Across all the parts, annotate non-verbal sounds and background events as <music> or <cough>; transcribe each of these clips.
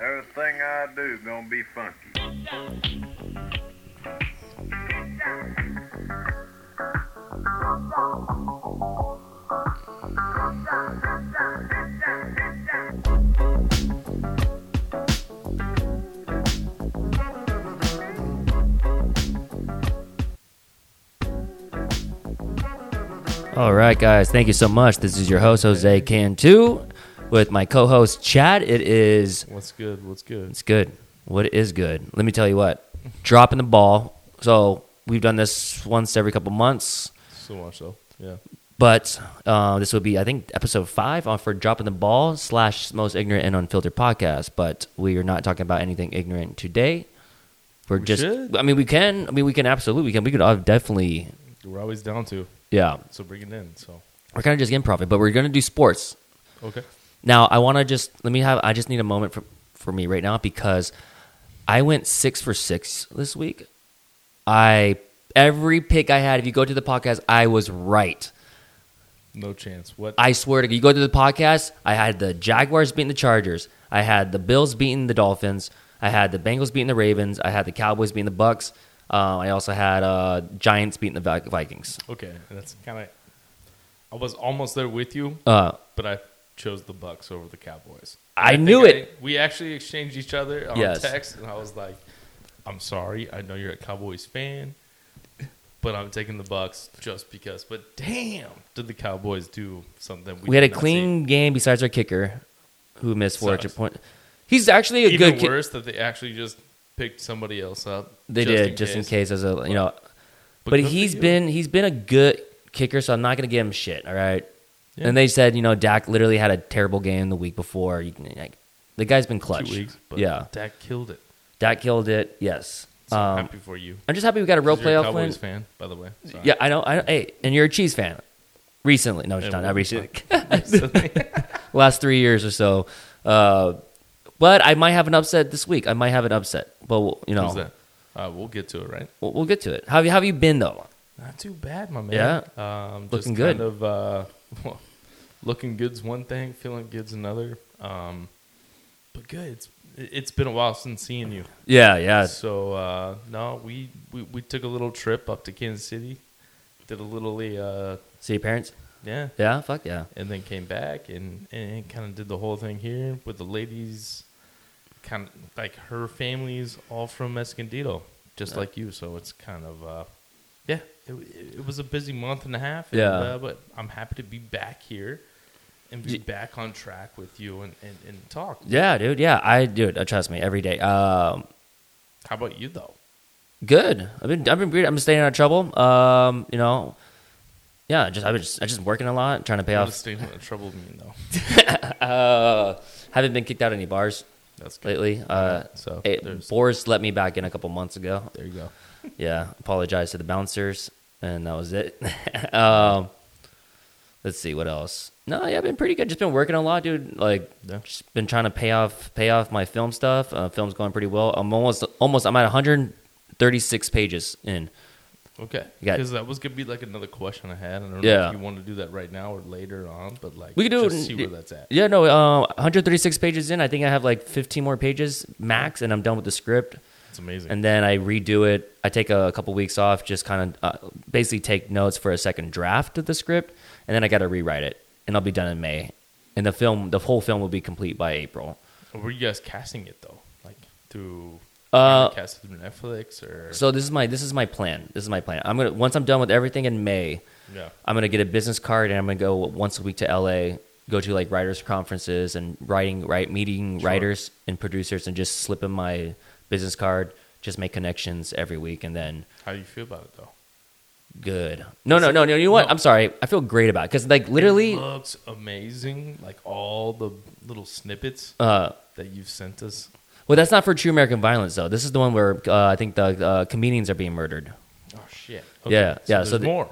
Everything I do gonna be funky. All right, guys. Thank you so much. This is your host Jose Cantu with my co-host Chad. It is What's good? What's good? it's good. What is good? Let me tell you what. Dropping the ball. So we've done this once every couple months, So much so. Yeah. but uh, this will be I think episode five on for dropping the ball slash most ignorant and unfiltered podcast. But we are not talking about anything ignorant today. We're We just. should. I mean, we can. I mean, we can absolutely. We can. We could uh, definitely. We're always down to. Yeah, So bring it in. So we're kind of just improv, but we're gonna do sports. okay. Now I want to just let me have. I just need a moment for for me right now because I went six for six this week. I every pick I had. If you go to the podcast, I was right. No chance. What? I swear to God, you go to the podcast. I had the Jaguars beating the Chargers. I had the Bills beating the Dolphins. I had the Bengals beating the Ravens. I had the Cowboys beating the Bucks. Uh, I also had uh, Giants beating the Vi- Vikings. okay. That's kind of. I was almost there with you, Uh, but I chose the Bucks over the Cowboys. I think knew it. we actually exchanged each other on Yes. text, and I was like, "I'm sorry. I know you're a Cowboys fan, but I'm taking the Bucks just because." But damn, did the Cowboys do something? we had a did not see. clean game besides our kicker, who missed four Sucks. extra points. He's actually a Even good kicker. worse that they actually just picked somebody else up. They did just in case as a you know, but, good for he's you. been he's been a good kicker, so I'm not gonna give him shit. All right. Yeah. And they said you know Dak literally had a terrible game the week before. You can, like, the guy's been clutch. two weeks. But yeah, Dak killed it. Dak killed it. Yes. So um, happy for you. I'm just happy we got a real You're a playoff win. Cowboys fan, by the way. Sorry. <laughs> Yeah, I know. I know. Hey, and you're a Cheese fan. Recently, no, Yeah, it's not, well, not it's recently. Recently. <laughs> Last three years or so. Uh, but I might have an upset this week. I might have an upset. But we'll- you know, Who's that? Uh, we'll get to it, right? We'll, we'll get to it. How have you, how have you been though? Not too bad, my man. Yeah, um, just Looking good. Kind of uh, <laughs> looking good's one thing, feeling good's another. Um, but good. It's, it's been a while since seeing you. Yeah, yeah. So uh, no, we, we we took a little trip up to Kansas City, did a little uh, See your parents? yeah, Yeah, fuck yeah. and then came back and, and kind of did the whole thing here with the ladies, kind of like her family's all from Escondido, just like you. So it's kind of, uh, yeah, it, it was a busy month and a half. and, Yeah. uh, but I'm happy to be back here and be Ye- back on track with you and, and, and talk. Yeah, dude. Yeah, I dude. Uh, trust me, every day. Um, How about you though? good. I've been I've been great. I'm staying out of trouble. Um, you know, yeah. Just I've been just I just working a lot, trying to pay Yeah. off. What does trouble mean though? Uh, haven't been kicked out of any bars That's good. lately. Uh, So it, there's- Boris let me back in a couple months ago. There you go. Yeah, apologize to the bouncers, and that was it. <laughs> um, let's see what else. No, yeah, I've been pretty good. Just been working a lot, dude. Like, Yeah. just been trying to pay off pay off my film stuff. Uh, film's going pretty well. I'm almost almost. I'm at 136 pages in. Okay. You got- Because that was gonna be like another question I had. I don't know Yeah. if you want to do that right now or later on, but like We could do just it- see where that's at. Yeah, no, uh, 136 pages in. I think I have like 15 more pages max, and I'm done with the script. It's amazing. And then I redo it. I take a couple weeks off, just kind of uh, basically take notes for a second draft of the script, and then I got to rewrite it, and I'll be done in May. And the film, the whole film, will be complete by April. Were you guys casting it though? Like through Uh, cast it through Netflix or So this is my this is my plan. This is my plan. I'm gonna once I'm done with everything in May, yeah. I'm gonna get a business card and I'm gonna go once a week to LA, go to like writers conferences and writing right meeting Sure. writers and producers and just slip in my business card, just make connections every week and then How do you feel about it though? good. No, no, no, no. You know what? No. I'm sorry. I feel great about it because like it literally, looks amazing. Like all the little snippets uh, that you've sent us. well, that's not for True American Violence though. This is the one where uh, I think the uh, comedians are being murdered. Oh shit! Yeah, yeah, There's so the- more.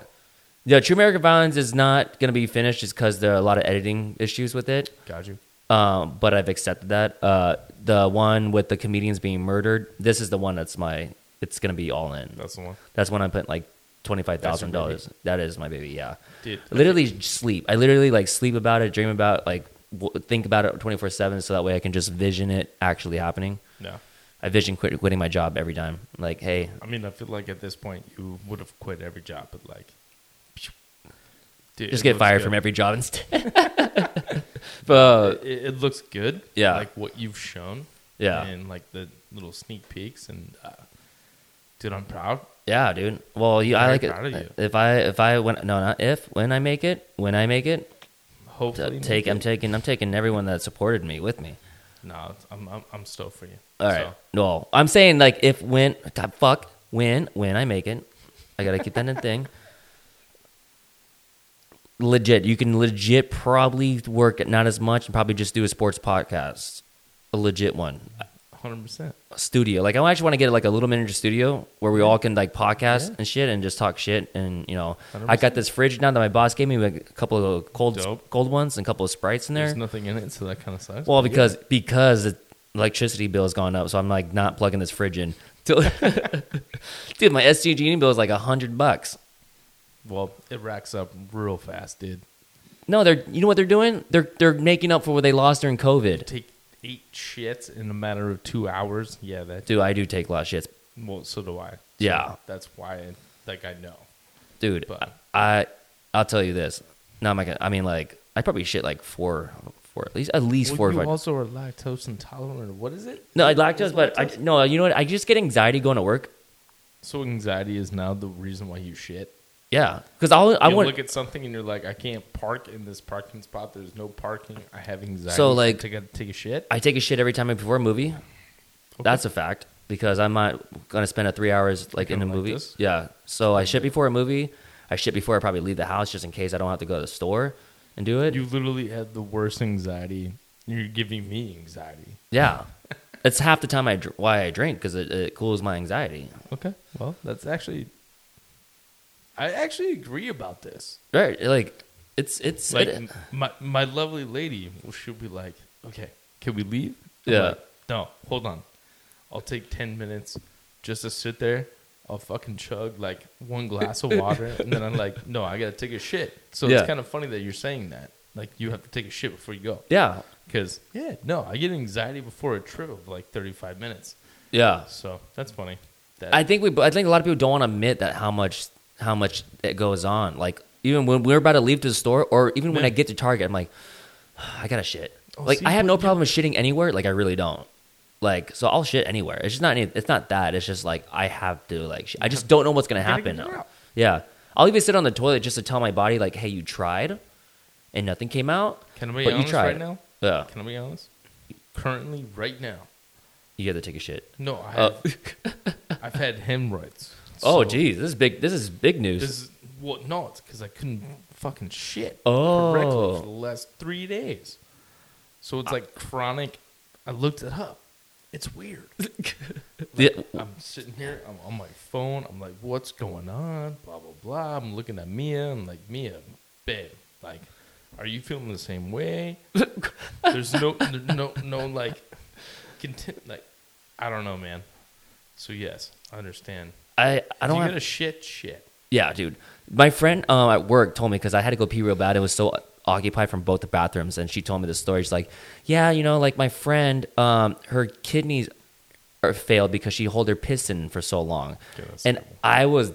Yeah, True American Violence is not gonna be finished just because there are a lot of editing issues with it. Got you. um, but I've accepted that. Uh, the one with the comedians being murdered, this is the one that's my. It's gonna be all in. That's the one. That's when I put like twenty five thousand That's your dollars. That is my baby. Yeah, Dude. literally sleep. I literally like sleep about it, dream about like w- think about it 24 7 so that way I can just vision it actually happening. No. I vision quit, quitting my job every time. Like, hey, I mean, I feel like at this point you would have quit every job, but like, Dude, just it get looks fired good. from every job instead. <laughs> <laughs> but Uh, It, it looks good. Yeah. like what you've shown. Yeah. and like the little sneak peeks, and uh, dude, I'm proud. yeah, dude. Well, you, I Very like it. proud of you. If I if I when no not if when I make it when I make it Hopefully, t- make take I'm it. taking I'm taking everyone that supported me with me. No, it's- I'm I'm, I'm stoked for you. All right. No, I'm saying like if when God fuck when when I make it, I gotta keep that in thing. Legit, you can legit probably work at not as much and probably just do a sports podcast, a legit one, hundred percent. a studio. Like I actually want to get like a little miniature studio where we all can like podcast Yeah. and shit and just talk shit and you know I 100%. got this fridge now that my boss gave me like, a couple of cold Dope. cold ones and a couple of sprites in there. There's nothing in it, so that kind of sucks. Well, but yeah. because because the electricity bill has gone up, so I'm like not plugging this fridge in. Till- <laughs> dude, my SG&E bill is like a hundred bucks. well, it racks up real fast, dude. No, they're you know what they're doing? They're they're making up for what they lost during COVID. Take eight shits in a matter of two hours. Yeah, that. Dude, I do take a lot of shits, Well, so do I. So Yeah. that's why. like, I know. dude. But- I I'll tell you this. No, I'm not gonna. I mean, like I probably shit like four four at least at least four. or Well, you five- also are lactose intolerant. What is it? no, I Is lactose, but I, lactose- no, you know what? I just get anxiety going to work. so anxiety is now the reason why you shit. Yeah, because I I you want look at something and you're like, I can't park in this parking spot. There's no parking. I have anxiety. So, like- to take, take a shit. I take a shit every time before a movie. That's a fact because I'm not going to spend a three hours like in a Kinda like movie. this? yeah. So I shit before a movie. I shit before I probably leave the house just in case I don't have to go to the store and do it. You literally had the worst anxiety. You're giving me anxiety. <laughs> yeah. It's half the time I dr- why I drink because it, it cools my anxiety. Okay. Well, that's actually. I actually agree about this. Right. Like it's it's Like it- my my lovely lady, well, she'll be like, "Okay, can we leave?" I'm Yeah. like, no, hold on. I'll take ten minutes just to sit there. I'll fucking chug like one glass <laughs> of water, and then I'm like, "No, I gotta take a shit." So Yeah. it's kind of funny that you're saying that. Like you have to take a shit before you go. yeah. Because yeah, no, I get anxiety before a trip of like 35 minutes. Yeah. So that's funny. That, I think we. I think a lot of people don't want to admit that how much how much it goes on. Like even when we're about to leave to the store, or even when Yeah. I get to Target, I'm like, I gotta shit. Oh, like see, I have but no you- problem with shitting anywhere. Like I really don't. Like so, I'll shit anywhere. It's just not. Any, it's not that. It's just like I have to. Like shit. I just don't know what's gonna gotta happen. get it now. out. Yeah, I'll even sit on the toilet just to tell my body like, hey, you tried, and nothing came out. can I be but you honest tried. right now? Yeah, Can I be honest? Currently, right now, you got to take a shit. no, I Uh, have, I've had hemorrhoids. oh, So geez, this is big. This is big news. This is well, no, it's because I couldn't fucking shit Oh. correctly for the last three days. So it's like chronic. I looked it up. It's <laughs> weird. Yeah. I'm sitting here. I'm on my phone. I'm like, what's going on? Blah blah blah. I'm looking at Mia. I'm like, Mia, babe, like, are you feeling the <laughs> same way? There's no, there's no, no, like, content, like, I don't know, man. So yes, I understand. I I don't you have get a shit, shit. Yeah, dude. My friend um, at work told me because I had to go pee real bad. It was so occupied from both the bathrooms, and she told me this story. She's like, "Yeah, you know, like my friend, um, her kidneys are failed because she held her piston for so long." Yeah, that's and I was,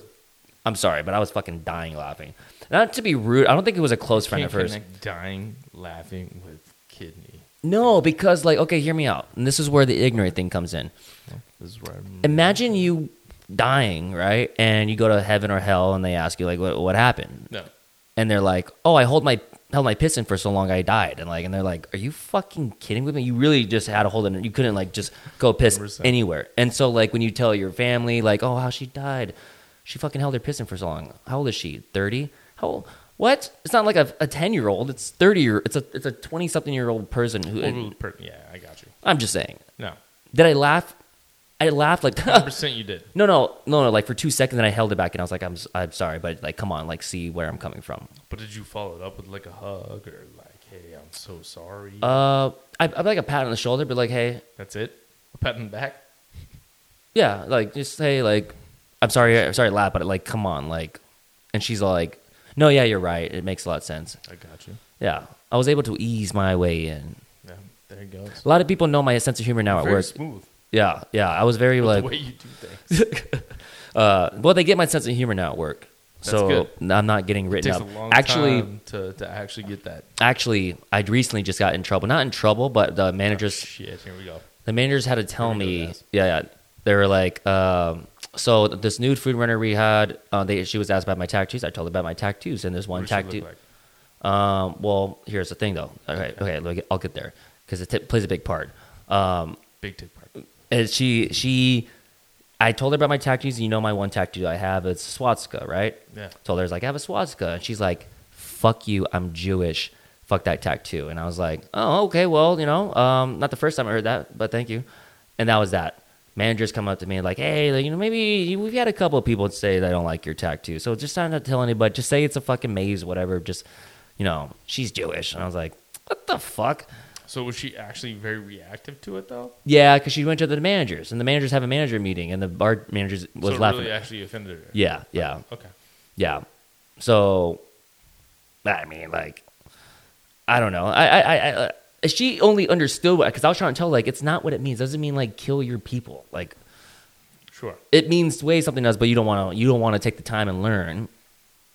I'm sorry, but I was fucking dying laughing. Not to be rude, I don't think it was a close friend Can't at first. connect dying laughing with kidney. No, because like, okay, hear me out. And this is where the ignorant thing comes in. This is where I'm, Imagine you dying, right? And you go to heaven or hell, and they ask you like, "What, what happened?" no. and they're like, "Oh, I hold my held my piston for so long, I died." And like, and they're like, "Are you fucking kidding with me? You really just had to hold it. and You couldn't like just go piss 100%. anywhere." And so like when you tell your family like, "Oh, how she died, she fucking held her piston for so long. How old is she? Thirty? How old?" What? It's not like a a ten year old. It's thirty year. It's a it's a twenty something year old person who. Overly per- yeah, I got you. I'm just saying. <laughs> No, Did I laugh? I laughed like <laughs> percent you did. no no no no like for two seconds and I held it back and I was like I'm s- I'm sorry but like come on like see where I'm coming from. But did you follow it up with like a hug or like, hey, I'm so sorry? Uh, I, I like a pat on the shoulder, but like, hey, That's it. A pat on the back. yeah, like just say like, I'm sorry, I'm sorry, laugh, but like, come on, like, and she's all like, no, yeah, you're right, it makes a lot of sense, I got you. yeah, I was able to ease my way in. Yeah, there it goes. A lot of people know my sense of humor now at Very work. smooth. Yeah, yeah. I was very the way like, you do things. <laughs> uh, well, they get my sense of humor now at work, That's so I'm not getting It written takes up. a long actually, time to, to actually get that. actually, I recently just got in trouble. Not in trouble, but the managers Shit, here we go. the managers had to tell Here we go, me, guys. yeah, yeah. They were like, um, so this nude food runner we had, uh, they, she was asked about my tattoos. I told her about my tattoos, and there's one What does tattoo. she look like? Um, well, here's the thing, though. Okay, okay, look, I'll get there because it t- plays a big part. Um, Big tick part. and uh, she, she, I told her about my tattoos. You know, my one tattoo I have it's swastika, right? Yeah. Told her I was like, I have a swastika, and she's like, "Fuck you, I'm Jewish. Fuck that tattoo." And I was like, "Oh, okay, well, you know, um, not the first time I heard that, but thank you." And that was that. Managers come up to me and like, "Hey, like, you know, maybe we've had a couple of people say they don't like your tattoo, so just try not to tell anybody. Just say it's a fucking maze, whatever. Just, you know, she's Jewish." And I was like, "What the fuck?" So was she actually very reactive to it though? Yeah, because she went to the managers, and the managers have a manager meeting, and the bar managers was so it laughing. really actually offended her. yeah, yeah. Okay. Yeah. So, I mean, like, I don't know. I, I, I, I she only understood what, because I was trying to tell, like, it's not what it means. It doesn't mean like kill your people. Like, Sure. it means way something else, but you don't want to, you don't want to take the time and learn,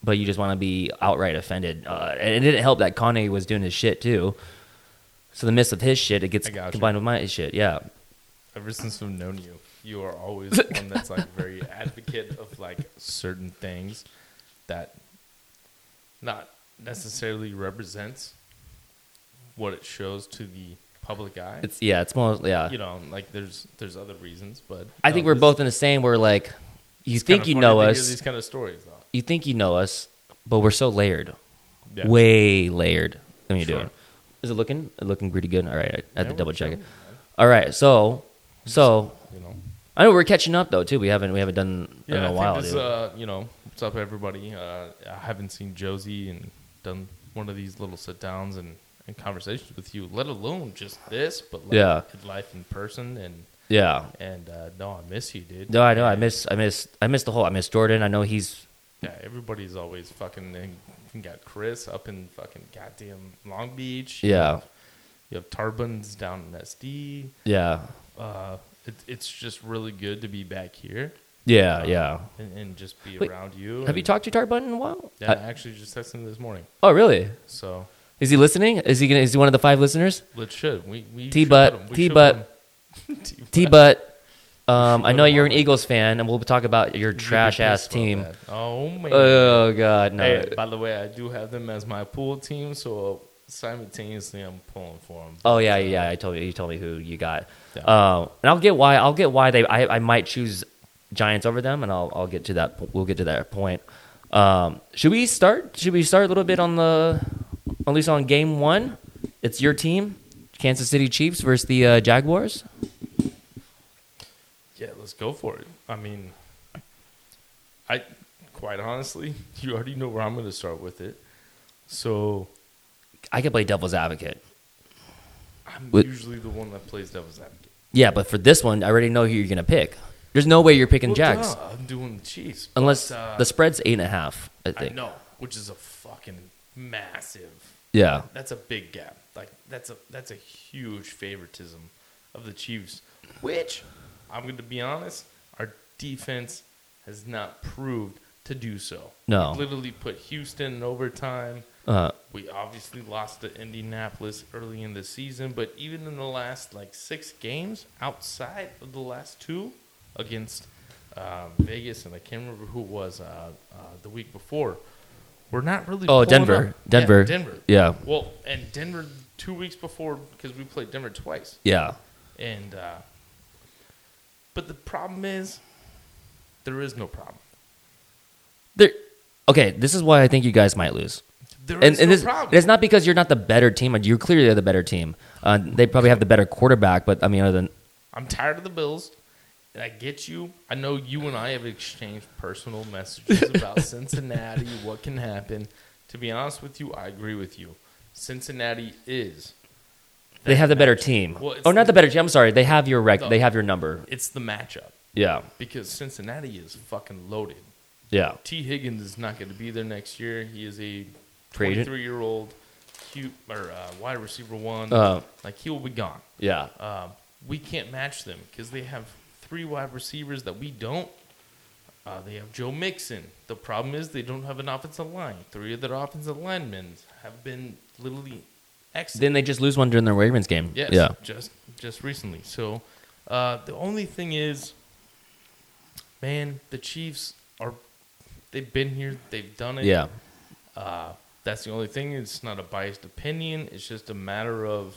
but you just want to be outright offended. Uh, and it didn't help that Kanye was doing his shit too. So the midst of his shit, it gets I got you. combined with my shit. Yeah. Ever since I've known you, you <laughs> are always one that's like very advocate of like certain things that not necessarily represents what it shows to the public eye. It's, yeah, it's more, yeah. you know, like there's there's other reasons, but I think um, we're it's- both in the same. We're like, you it's kinda think you funny know to hear us. These kind of stories, though. you think you know us, but we're so layered, Yeah. way layered. Let me do Sure. it. Is it looking looking pretty good? All right, I Yeah, have to we're double check it. chilling, All right, so so You know, I know we're catching up though too. We haven't we haven't done yeah. in I a think while. this, dude. uh, you know, what's up, everybody? Uh, I haven't seen Josie and done one of these little sit downs and, and conversations with you, let alone just this, but like Yeah. life in person and yeah. and uh, no, I miss you, dude. No, I know. I miss I miss I miss the whole. I miss Jordan. I know he's Yeah, everybody's always fucking. And you got Chris up in fucking goddamn Long Beach. yeah You have Tarbans down in SD. yeah uh, it, it's just really good to be back here yeah yeah. and, and just be Wait, around you. Have you and- talked to Tarbun in a while? Yeah, I, I- actually just texted him this morning. oh really? So Is he listening? Is he gonna, is he one of the five listeners? let's should we we T-Butt, T-Butt. <laughs> <laughs> T but um, I Go know to you're an Marvel. Eagles fan, and we'll talk about your trash ass team. Oh man. Oh god, no. hey, by the way, I do have them as my pool team, so simultaneously I'm pulling for them. Oh yeah, yeah. I told you. You told me who you got. Yeah. Um, and I'll get why. I'll get why they. I, I might choose Giants over them, and I'll I'll get to that. We'll get to that point. Um, should we start? Should we start a little bit on the, at least on game one? It's your team, Kansas City Chiefs versus the uh, Jaguars. Yeah, let's go for it. I mean, I quite honestly, <laughs> you already know where I'm going to start with it. So I could play devil's advocate. I'm Wait. usually the one that plays devil's advocate. Yeah, but for this one, I already know who you're gonna pick. There's no way you're picking Well, Jags duh, I'm doing the Chiefs. unless but, uh, the spread's eight and a half. I I think. know, which is a fucking massive. Yeah. That's a big gap. Like that's a that's a huge favoritism of the Chiefs, which I'm going to be honest, our defense has not proved to do so. No. we literally put Houston in overtime. Uh, We obviously lost to Indianapolis early in the season, but even in the last like six games outside of the last two against uh, Vegas and I can't remember who it was uh, uh, the week before, we're not really. Oh, pulling Denver. up. Denver. yeah, Denver. Yeah. Well, and Denver two weeks before because we played Denver twice, yeah. and uh, but the problem is there is no problem. There, okay, this is why I think you guys might lose. There is And, and no this, problem. it's not because you're not the better team. You're clearly the better team. Uh, they probably have the better quarterback, but I mean, other than I'm tired of the Bills. And I get you. I know you and I have exchanged personal messages about Cincinnati, what can happen. To be honest with you, I agree with you. Cincinnati is. they have the better team. Well, it's oh, not the the- better team. I'm sorry. They have your rec. No. They have your number. It's the matchup Yeah, because Cincinnati is fucking loaded. yeah, T. Higgins is not going to be there next year. He is a Free agent? 23 year old Q or uh, wide receiver one. Uh, like he will be gone. yeah. Um, we can't match them because they have three wide receivers that we don't. Uh, they have Joe Mixon. The problem is they don't have an offensive line. Three of their offensive linemen have been literally excellent. Then they just lose one during the Ravens game. Yes. Yeah. Just just recently. So uh, the only thing is, man, the Chiefs are they've been here, they've done it. Yeah. Uh, that's the only thing. It's not a biased opinion. It's just a matter of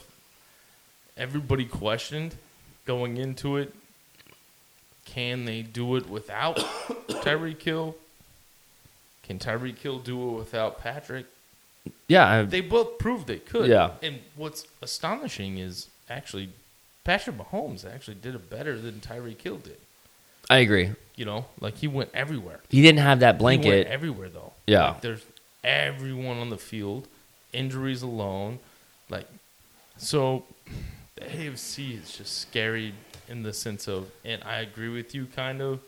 everybody questioned going into it. Can they do it without <coughs> Tyreek Hill? Can Tyreek Hill do it without Patrick? Yeah. I, They both proved they could. Yeah. And what's astonishing is actually Patrick Mahomes actually did it better than Tyreek Hill did. I agree. You know, like he went everywhere. He didn't have that He went blanket. everywhere though. Yeah. Like, there's everyone on the field, injuries alone, like so. The AFC is just scary in the sense of, and I agree with you, kind of.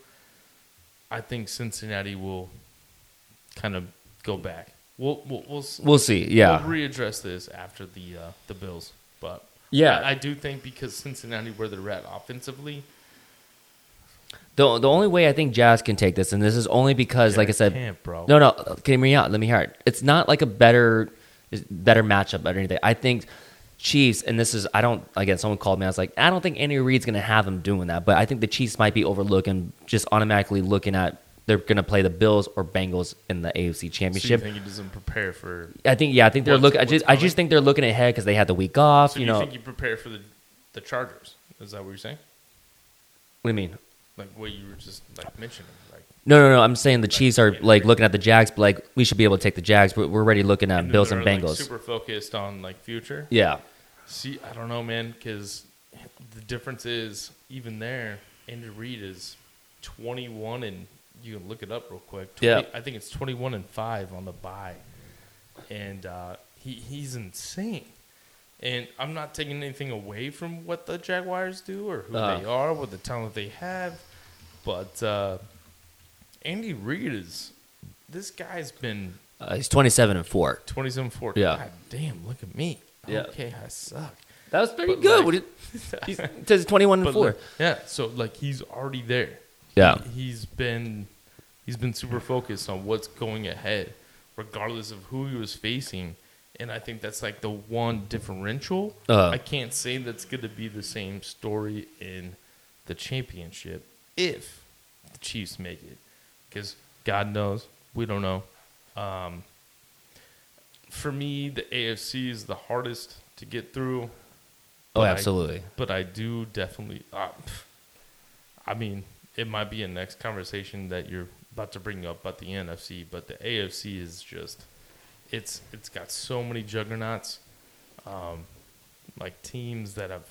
I think Cincinnati will kind of go back. We'll we'll, we'll s- We'll see. Yeah. We'll readdress this after the uh, the Bills, but Yeah. I, I do think because Cincinnati where they're at offensively, The, the only way I think Jazz can take this, and this is only because, like I Derek said, Camp, bro. no, no, can you hear me out? Let me hear it. It's not like a better, better matchup or anything. I think Chiefs, and this is I don't again. Someone called me. I was like, I don't think Andy Reid's gonna have him doing that. But I think the Chiefs might be overlooking, just automatically looking at they're gonna play the Bills or Bengals in the AFC so you Championship. think he doesn't prepare for I think yeah, I think they're What's- looking. I what's just I coming? just think they're looking ahead because they had the week off. So you you, know think you prepare for the the Chargers? Is that what you're saying? what do you mean? Like what you were just like mentioning? Like No, no, no. I'm saying the Chiefs are yeah, like right. looking at the Jags, but like we should be able to take the Jags. We're, we're already looking at then Bills and they're, like, Bengals. super focused on like future. yeah, See, I don't know, man, because the difference is even there. Andy Reid is 21 and you can look it up real quick. 20, Yeah. I think it's 21 and five on the bye, and uh, he he's insane. And I'm not taking anything away from what the Jaguars do or who Uh. they are, what the talent they have, but uh, Andy Reid is this guy's been uh, he's 27 and four. 27 4. Yeah. God damn, look at me. Yeah. Okay, I suck. That was pretty But, good. like- What did- <laughs> he's- it says 21 and But four. look, yeah, so like he's already there. Yeah. He, has been he's been super focused on what's going ahead, regardless of who he was facing. And I think that's like the one differential. Uh-huh. I can't say that's going to be the same story in the championship if the Chiefs make it, because God knows we don't know. Um, for me, the AFC is the hardest to get through. oh, but I- absolutely. but I do definitely. Uh, pff, I mean, it might be a next conversation that you're about to bring up about the NFC, but the AFC is just it's it's got so many juggernauts, um, like teams that have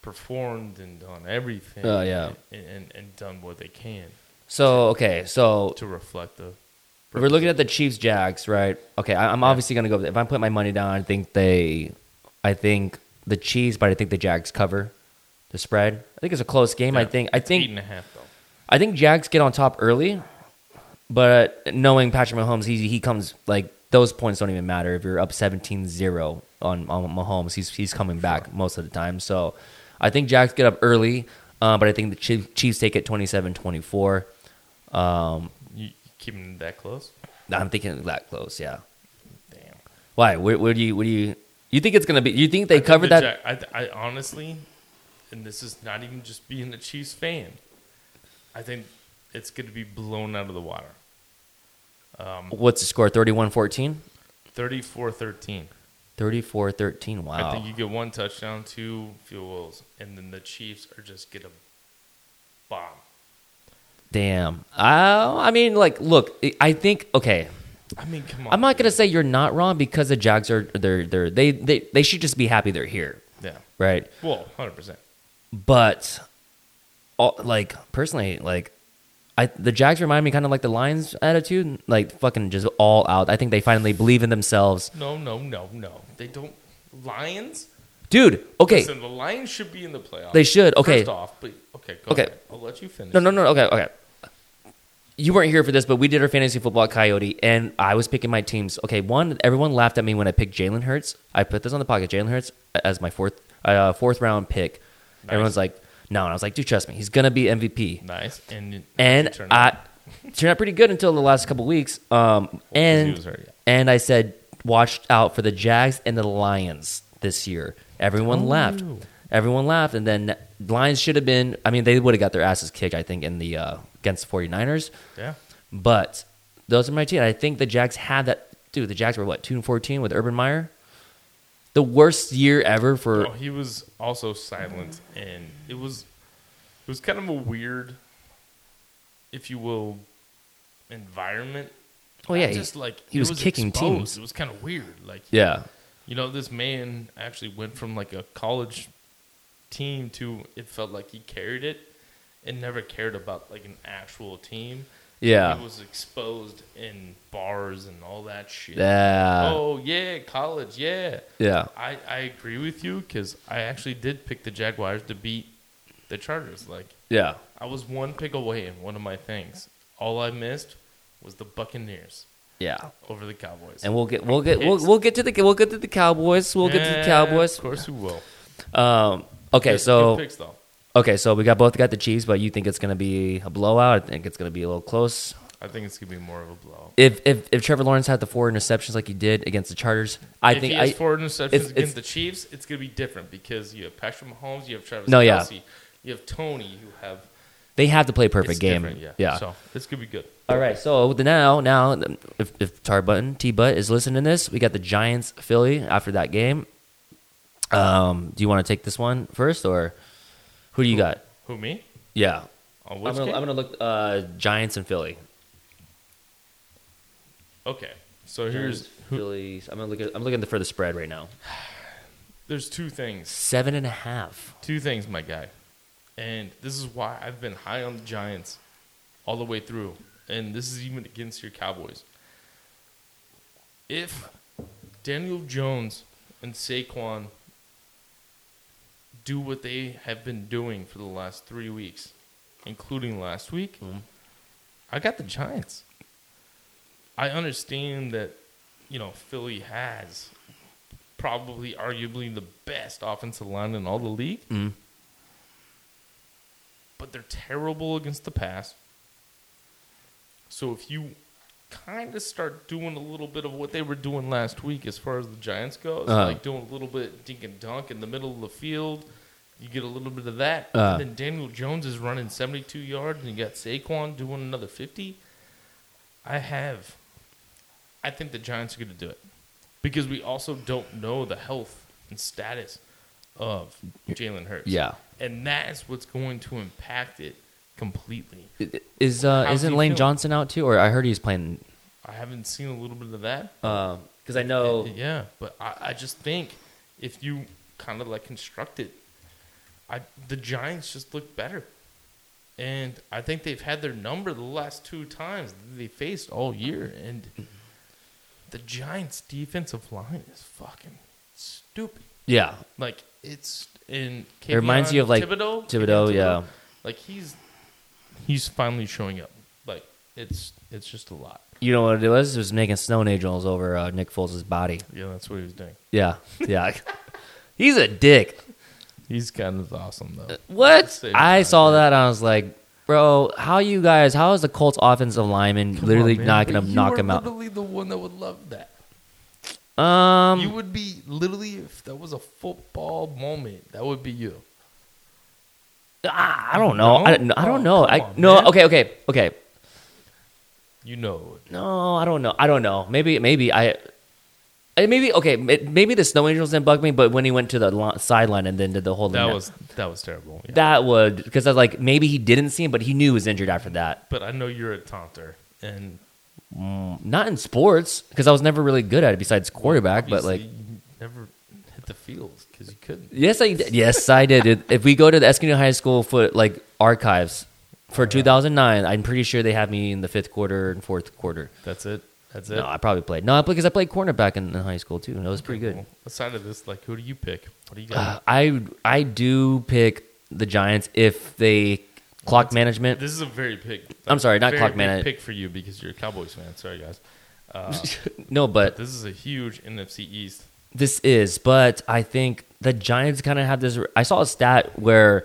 performed and done everything. Oh, yeah. and, and and done what they can so okay, so to reflect the. if we're looking at the Chiefs Jags, right? Okay, I, I'm obviously gonna go. If I put my money down, I think they, I think the Chiefs, but I think the Jags cover the spread. I think it's a close game. I Yeah, think I it's think eight and a half though. I think Jags get on top early, but knowing Patrick Mahomes, he he comes like those points don't even matter if you're up 17-0 on, on Mahomes. He's he's coming back most of the time. So I think Jags get up early, uh, but I think the Chief, Chiefs take it 27-24. Um, You, you keeping it that close? I'm thinking that close. Yeah. Damn. Why? Where, where do you? What do you? You think it's gonna be? You think they cover The that? Ja- I, I honestly, and this is not even just being a Chiefs fan. I think it's going to be blown out of the water. What's the score? 31-14? 34-13. 34-13. Wow. I think you get one touchdown, two field goals, and then the Chiefs are just going to bomb. Damn. I, I mean, like, look. I think okay. I mean, come on. I'm not dude. gonna say you're not wrong because the Jags are they're they're they they, they should just be happy they're here, Yeah. right? Well, 100%. But, all, like personally, like I the Jags remind me kind of like the Lions' attitude, like fucking just all out. I think they finally believe in themselves, No, no, no, no. They don't. Lions? dude. Okay, Listen, the Lions should be in the playoffs. They should, okay. First off, but okay, go Okay. ahead. I'll let you finish. no, no, no. Okay, okay. you weren't here for this, but we did our fantasy football at Coyote, and I was picking my teams. Okay, one, everyone laughed at me when I picked Jalen Hurts. I put this on the pocket, Jalen Hurts as my fourth uh, fourth round pick. Everyone's like, no, and I was like, dude, trust me, he's gonna be MVP. Nice. And it- And it turned I out- turned out pretty good until the last couple weeks. Um, and was hurt, yeah. and I said, watch out for the Jags and the Lions this year. Everyone Oh. laughed. Everyone laughed, and then Lions should have been. I mean, they would have got their asses kicked. I think in the uh, against the 49ers. yeah, But those are my teams. I think the Jags had that. Dude, the Jags were what two and fourteen with Urban Meyer. The worst year ever for. Well, Oh, he was also silent, and it was it was kind of a weird, if you will, environment. Oh, yeah, Not he- just like he it was kicking exposed. teams. It was kind of weird. Like Yeah, you know, this man actually went from like a college team to it felt like he carried it, and never cared about like an actual team. yeah, He was exposed in bars and all that shit. yeah, oh yeah, college, yeah. yeah. I, I agree with you because I actually did pick the Jaguars to beat the Chargers. Like Yeah. I was one pick away in one of my things. All I missed was the Buccaneers Yeah. over the Cowboys. And we'll get we'll get we'll, pissed. we'll get to the we'll get to the Cowboys. We'll get to the Yeah, Cowboys. Of course we will. Um okay, Good- good so picks though. okay, so we got both got the Chiefs, but you think it's going to be a blowout? I think it's going to be a little close. I think it's gonna be more of a blowout. If if if Trevor Lawrence had the four interceptions like he did against the Chargers, I if think he has I four interceptions it's- against it's- the Chiefs, it's gonna be different because you have Patrick Mahomes, you have Travis No, yeah. Kelsey, you have Tony, you have they have to play a perfect it's game. different, Yeah. So it's gonna be good. All right, so the now now if if Tar Button T Butt is listening to this, we got the Giants Philly after that game. Um, do you want to take this one first, or who do you got? Who me? Yeah, On I'm which gonna, game? I'm gonna look uh, Giants and Philly. Okay. So here's Giants, who, Philly. I'm gonna look at I'm looking for the spread right now. there's two things. Seven and a half. Two things, my guy. And this is why I've been high on the Giants all the way through. And this is even against your Cowboys. If Daniel Jones and Saquon do what they have been doing for the last three weeks, including last week, I got the Giants. I understand that, you know, Philly has probably arguably the best offensive line in all the league. Mm. But they're terrible against the pass. So if you kind of start doing a little bit of what they were doing last week as far as the Giants goes, Uh-huh. like doing a little bit dink and dunk in the middle of the field, you get a little bit of that. Uh. And then Daniel Jones is running 72 yards and you got Saquon doing another 50. I have. I think the Giants are going to do it because we also don't know the health and status of Jalen Hurts. Yeah. and that is what's going to impact it completely. Is uh, How's isn't he Lane feeling? Johnson out too? Or I heard he's playing. uh, I haven't seen a little bit of that. Because I know. Yeah, but I, I just think if you kind of like construct it, I the Giants just look better, and I think they've had their number the last two times that they faced all year, and the Giants' defensive line is fucking stupid. <laughs> Yeah, Like it's in. It reminds you of, like, Thibodeau. Thibodeau, Kayvon yeah. Like he's he's finally showing up. Like it's it's just a lot. you know what it was? It was making snow angels over uh, Nick Foles' body. Yeah, that's what he was doing. Yeah, yeah. <laughs> he's a dick. He's kind of awesome though. What? Save I time, saw that. and I was like, bro, how you guys? How is the Colts offensive lineman Come literally on, man. not gonna But you knock are him out? Literally the one that would love that. Um, you would be literally if that was a football moment, that would be you. I I don't know. I, No? I don't Oh, know. come I on, no. man. Okay, okay, okay. You know. No, I don't know. I don't know. Maybe, maybe I. I- Maybe okay. ma- Maybe the snow angels didn't bug me, but when he went to the lo- sideline and then did the whole That thing, was that was terrible. yeah. that would because I was like maybe he didn't see him, but he knew he was injured after that. but I know you're a taunter and Not in sports because I was never really good at it besides quarterback. but like, obviously you never hit the field because you couldn't. yes, I did. yes I did. If- If we go to the Eskimo High School foot like archives for 2009, I'm pretty sure they have me in the fifth quarter and fourth quarter. That's it. That's it. No, I probably played. No, because I played cornerback in, in high school too, and that was pretty good. Well, aside of this, like, who do you pick? What do you got? Uh, I I do pick the Giants if they clock management. <laughs> This is a very big. I'm sorry, not very clock big manag- Pick for you because you're a Cowboys fan. Sorry guys. Uh, no, but this is a huge NFC East. This is, but I think the Giants kind of have this. I saw a stat where,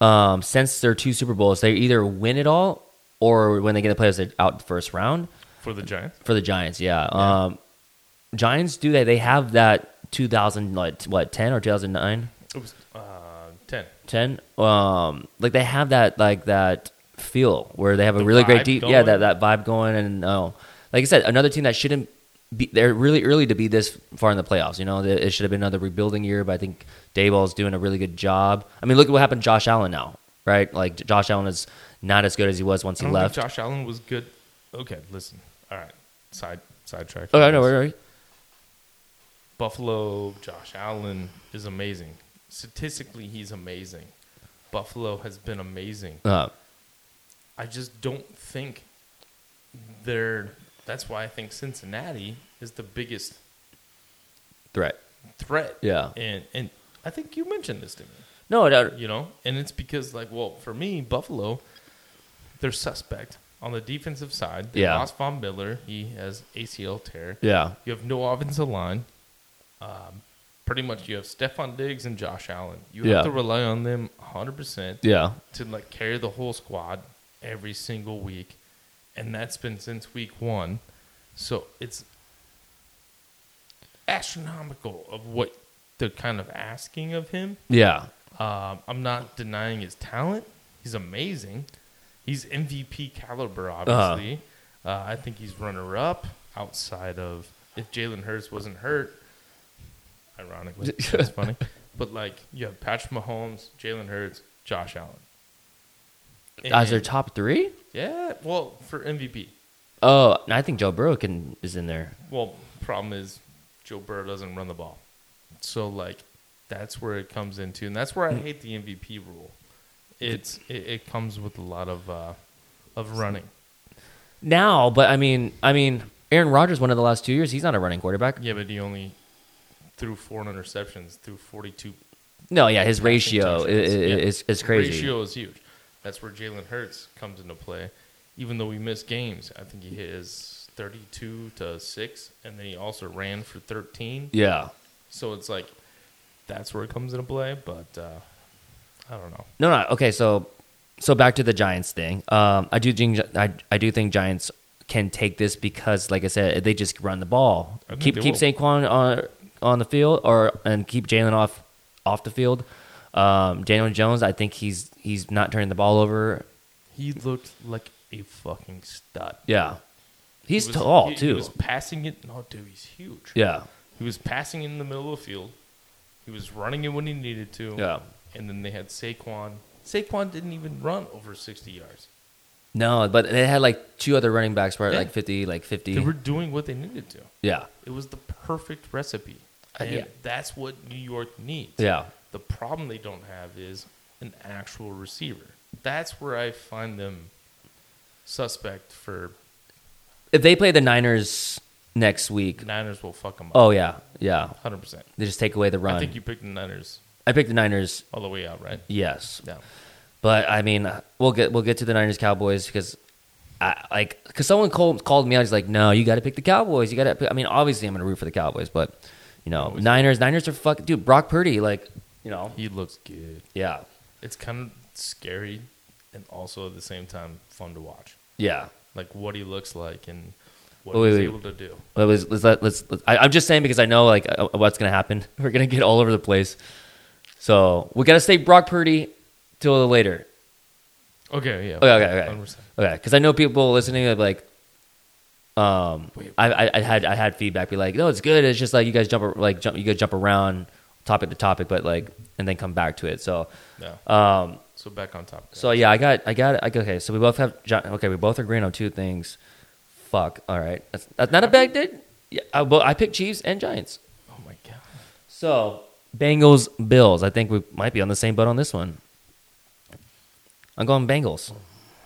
um, since their two Super Bowls, they either win it all or when they get the playoffs, they're out the first round for the Giants. for the Giants. Yeah, Um, Giants do that. They have that 2000 like what 10 or 2009, It was uh, ten. 10. Um, like they have that like that feel where they have a really great vibe deep, yeah, that going? that vibe going. And oh, like I said, another team that shouldn't be they're really early to be this far in the playoffs. You know, That it should have been another rebuilding year, but I think Dayball's doing a really good job. I mean, look at what happened to Josh Allen now, right? Like Josh Allen is not as good as he was once I he don't left. think Josh Allen was good. Okay, listen. All right, side sidetrack. oh, I know, right, right. Buffalo, Josh Allen is amazing. Statistically, he's amazing. Buffalo has been amazing. Uh, I just don't think they're. That's why I think Cincinnati is the biggest threat. threat. Yeah. And and I think you mentioned this to me. No, no, you know and it's because like well for me buffalo they're suspect on the defensive side they Yeah. lost von miller he has acl tear yeah, you have no offensive line um, pretty much you have Stephon diggs and josh allen you Yeah. have to rely on them 100% yeah, to like carry the whole squad every single week and that's been since week one so it's astronomical of what they're kind of asking of him yeah. um, I'm not denying his talent. He's amazing. He's MVP caliber, obviously. uh I think he's runner up outside of if Jalen Hurts wasn't hurt. Ironically, that's funny. But like you have Patrick Mahomes, Jalen Hurts, Josh Allen. As their And- top three. yeah, well, for MVP. Oh, and I think Joe Burrow can is in there. Well, problem is Joe Burrow doesn't run the ball. So like that's where it comes into and that's where I hate the MVP rule. It's it, it comes with a lot of uh of running. now, but I mean, I mean, Aaron Rodgers, one of the last two years, he's not a running quarterback. Yeah, but he only threw four interceptions, threw 42 No, yeah, his passing ratio i- i- touchdowns. Yeah. is, is crazy. Ratio is huge. That's where Jalen Hurts comes into play. Even though he missed games, I think he hit his 32 to 6 and then he also ran for 13. Yeah, So it's like that's where it comes into play, but uh, I don't know. no, no, okay, so so back to the Giants thing. Um, I do think I, I do think Giants can take this because, like I said, they just run the ball. I think Keep they keep will. Saquon on on the field or and keep Jalen off off the field. Um, Daniel Jones, I think he's he's not turning the ball over. He looked like a fucking stud. Yeah, he's He was- tall he- too. He was passing it. No, dude, he's huge. yeah, He was passing it in the middle of the field. He was running it when he needed to. Yeah. And then they had Saquon. Saquon didn't even run over 60 yards. No, but they had like two other running backs were at Yeah. like fifty, like fifty. They were doing what they needed to. yeah, It was the perfect recipe. Uh, And yeah. that's what New York needs. yeah, The problem they don't have is an actual receiver. That's where I find them suspect for if they play the Niners next week, Niners will fuck them up. oh yeah, yeah, 100%. they just take away the run. I think you picked the Niners I picked the Niners, all the way out, right? yes, Yeah. but I mean, we'll get we'll get to the Niners Cowboys because. I, like, cause someone called called me out. He's like, "No, you got to pick the Cowboys. You got to." pick I mean, obviously, I'm gonna root for the Cowboys, but you know, Always. Niners, Niners are fuck, dude. Brock Purdy, like, you know, He looks good. yeah, It's kind of scary and also at the same time fun to watch. yeah. Like what he looks like and what Oh, Wait, he's wait, able to do. Let- Let's let's let- let's. let's I, I'm just saying because I know like uh, what's gonna happen. <laughs> We're gonna get all over the place. So we gotta stay Brock Purdy till later. Okay, yeah. Okay, okay, okay, 100%. okay. Because I know people listening are like, um, Wait. I, I I had I had feedback be like, no, it's good. It's just like you guys jump ar- like jump you guys jump around topic to topic, but like and then come back to it. So Yeah. um, so back on top. so yeah, I got, I got, I, okay. So we both have, John, okay, we both are green on two things. Fuck. All right, that's, that's not a bad day. Yeah, I, well, I picked Chiefs and Giants. Oh my god. So Bengals, Bills. I think we might be on the same boat on this one. I'm going Bengals.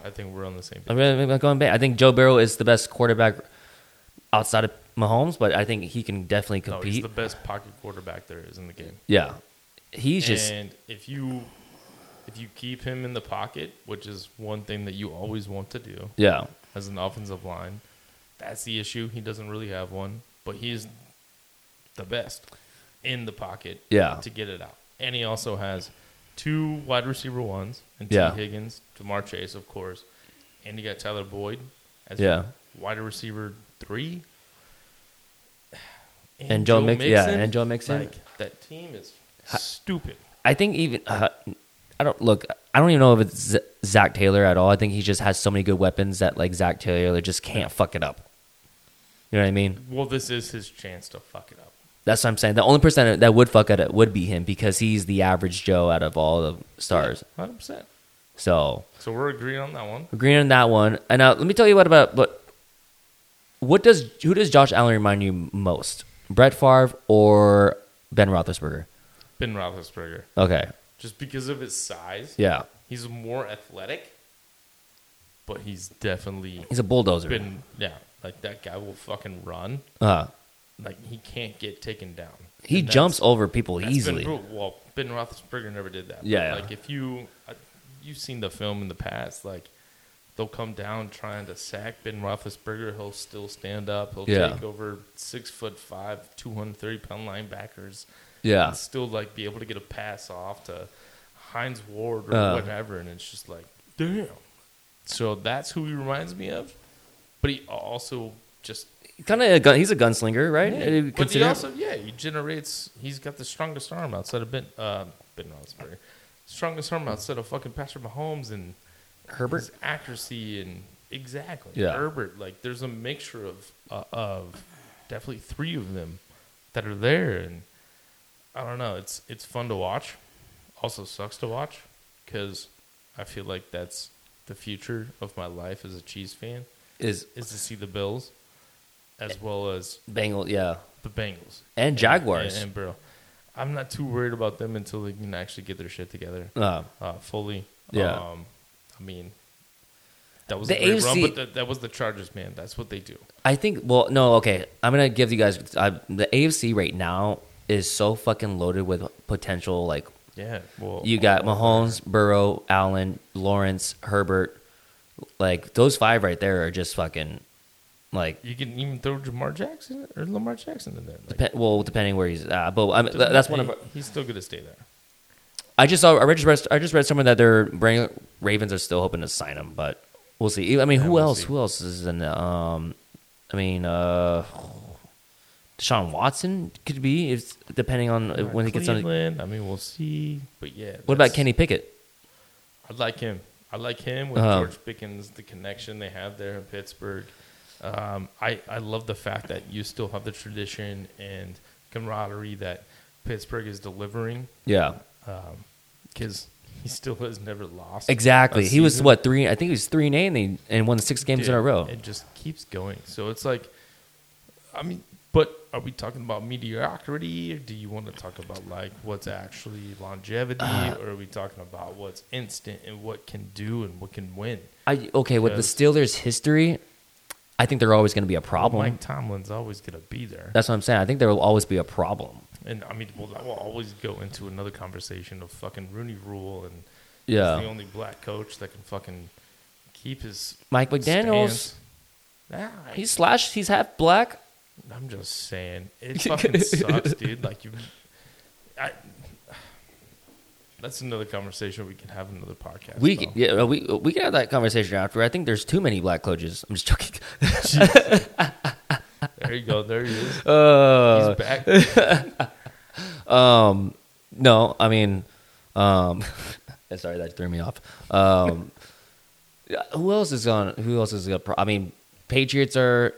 I think we're on the same page. I'm, really, I'm going. Bang- I think Joe Burrow is the best quarterback outside of Mahomes, but I think he can definitely No, Oh, he's compete. the best pocket quarterback there is in the game. yeah, he's just and if you if you keep him in the pocket, which is one thing that you always want to do Yeah. as an offensive line, that's the issue. He doesn't really have one, but he's the best in the pocket Yeah. to get it out. And he also has two wide receiver ones and T. Yeah. Higgins, Jamar Chase, of course. And you got Tyler Boyd as Yeah. wide receiver three. And Joe Mix- yeah, and Joe Mixon. Like, that team is stupid. I think even uh, I don't look. I don't even know if it's Z- Zach Taylor at all. I think he just has so many good weapons that like Zach Taylor just can't fuck it up. You know what I mean? Well, this is his chance to fuck it up. That's what I'm saying. The only person that- that would fuck it up would be him because he's the average Joe out of all the stars. 100%. So So we're agreeing on that one. agreeing on that one. And now let me tell you what about but what does who does Josh Allen remind you most? Brett Favre or Ben Roethlisberger? Ben Roethlisberger. Okay, Just because of his size. yeah, He's more athletic, but he's definitely he's a bulldozer. been, yeah, like that guy will fucking run. uh, Like he can't get taken down. he And that's- jumps over people that's been easily. brutal. well, Ben Roethlisberger never did that. but, Yeah, yeah. Like if you, uh, you've seen the film in the past, like they'll come down trying to sack Ben Roethlisberger. He'll still stand up. He'll Yeah. take over six foot five, 230 pound linebackers. Yeah. and still like be able to get a pass off to Heinz Ward or Uh. whatever, and it's just like, damn. So that's who he reminds me of, but he also just Kind of a gun. He's a gunslinger, right? yeah. Uh, but he consider- also yeah he generates. He's got the strongest arm outside of Ben uh, Ben Roethlisberger, strongest arm outside of fucking Patrick Mahomes and Herbert? his accuracy and exactly Yeah. Herbert. Like there's a mixture of uh, of definitely three of them that are there, and I don't know. It's it's fun to watch. Also sucks to watch because I feel like that's the future of my life as a Cheese fan is is to see the Bills as well as Bengal. Yeah, the Bengals and Jaguars. and, and bro, I'm not too worried about them until they can actually get their shit together Uh, uh, fully. Yeah. Um, I mean, that was The a great run, AFC but that, that was the Chargers, man. That's what they do. I think. Well, no. Okay, I'm gonna give you guys uh, the AFC right now is so fucking loaded with potential. Like Yeah. Well, you got Mahomes, Burrow, Allen, Lawrence, Herbert. Like those five right there are just fucking like. you can even throw Jamar Jackson or Lamar Jackson in there. Like, depe- Well, depending where he's at, but I mean, th- that's one of. he- he's still gonna stay there. I just saw. I just read. I just read somewhere that their Ra- Ravens are still hoping to sign him, but we'll see. I mean, who we'll else? see. Who else is in? the- Um, I mean, uh, Deshaun Watson could be. It's depending on when he gets on. What Cleveland, I mean, we'll see. But yeah. about that's- Kenny Pickett? I like him. I like him with Uh-huh. George Pickens, the connection they have there in Pittsburgh. Um, I, I love the fact that you still have the tradition and camaraderie that Pittsburgh is delivering Yeah, because he still has never lost. a exactly. He was season. what three? I think he was three and eight, and, they, and won six games in Yeah, a row. It just keeps going. So it's like, I mean, but are we talking about mediocrity? Or do you want to talk about like what's actually longevity, Uh, or are we talking about what's instant and what can do and what can win? I okay with the Because- Steelers' history. I think they're always going to be a problem. Mike Tomlin's always going to be there. That's what I'm saying. I think there will always be a problem. And I mean, we'll, we'll always go into another conversation of fucking Rooney Rule and Yeah. he's the only black coach that can fucking keep his Mike McDaniels. stance. Nah, He's slashed. He's half black. I'm just saying <laughs> it fucking sucks, dude. Like you, I. That's another conversation we can have another podcast. We though. can, yeah, we we can have that conversation after. I think there's too many black coaches. I'm just <laughs> joking. <laughs> there you go. There he is. Uh, He's <laughs> back. That's um, no, I mean, um, <laughs> sorry that threw me off. Um, yeah, who else is on? Who else is gonna? Pro- I mean, Patriots are,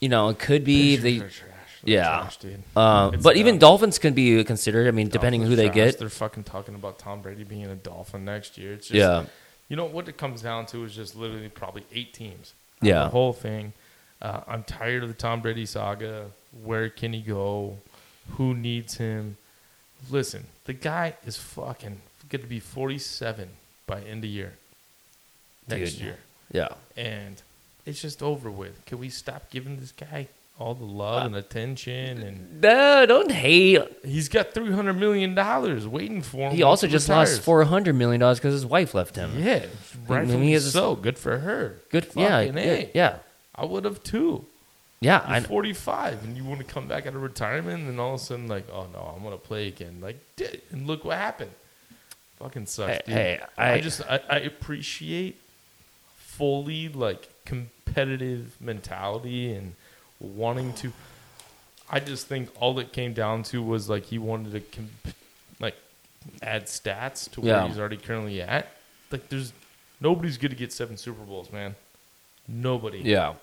you know, it could be the. They're trash. They're Yeah. trash, dude. Um, It's but even dumb. Dolphins can be considered. I mean, depending on who Dolphins they trash. get. They're fucking talking about Tom Brady being a Dolphin next year. It's just, Yeah. You know what it comes down to is just literally probably eight teams. Yeah. The whole thing. Uh, I'm tired of the Tom Brady saga. Where can he go? Who needs him? Listen, the guy is fucking going to be 47 by end of year next Dude. year, Yeah. and it's just over with. Can we stop giving this guy all the Uh, love and attention, and No, don't hate. he's got three hundred million dollars waiting for him. He when also just retires. lost four hundred million dollars because his wife left him. Yeah, rightfully he has a- so. Good for her. Good, yeah, Fucking yeah, A. yeah, I would have too. yeah. You're I, 45 and you want to come back out of retirement and then all of a sudden like oh no i'm gonna play again like di- and look what happened fucking sucks Hey, dude hey, I, I- just I, I appreciate fully like competitive mentality and wanting to i just think all it came down to was like he wanted to comp- like add stats to where Yeah. he's already currently at like there's nobody's gonna get seven super bowls man nobody yeah,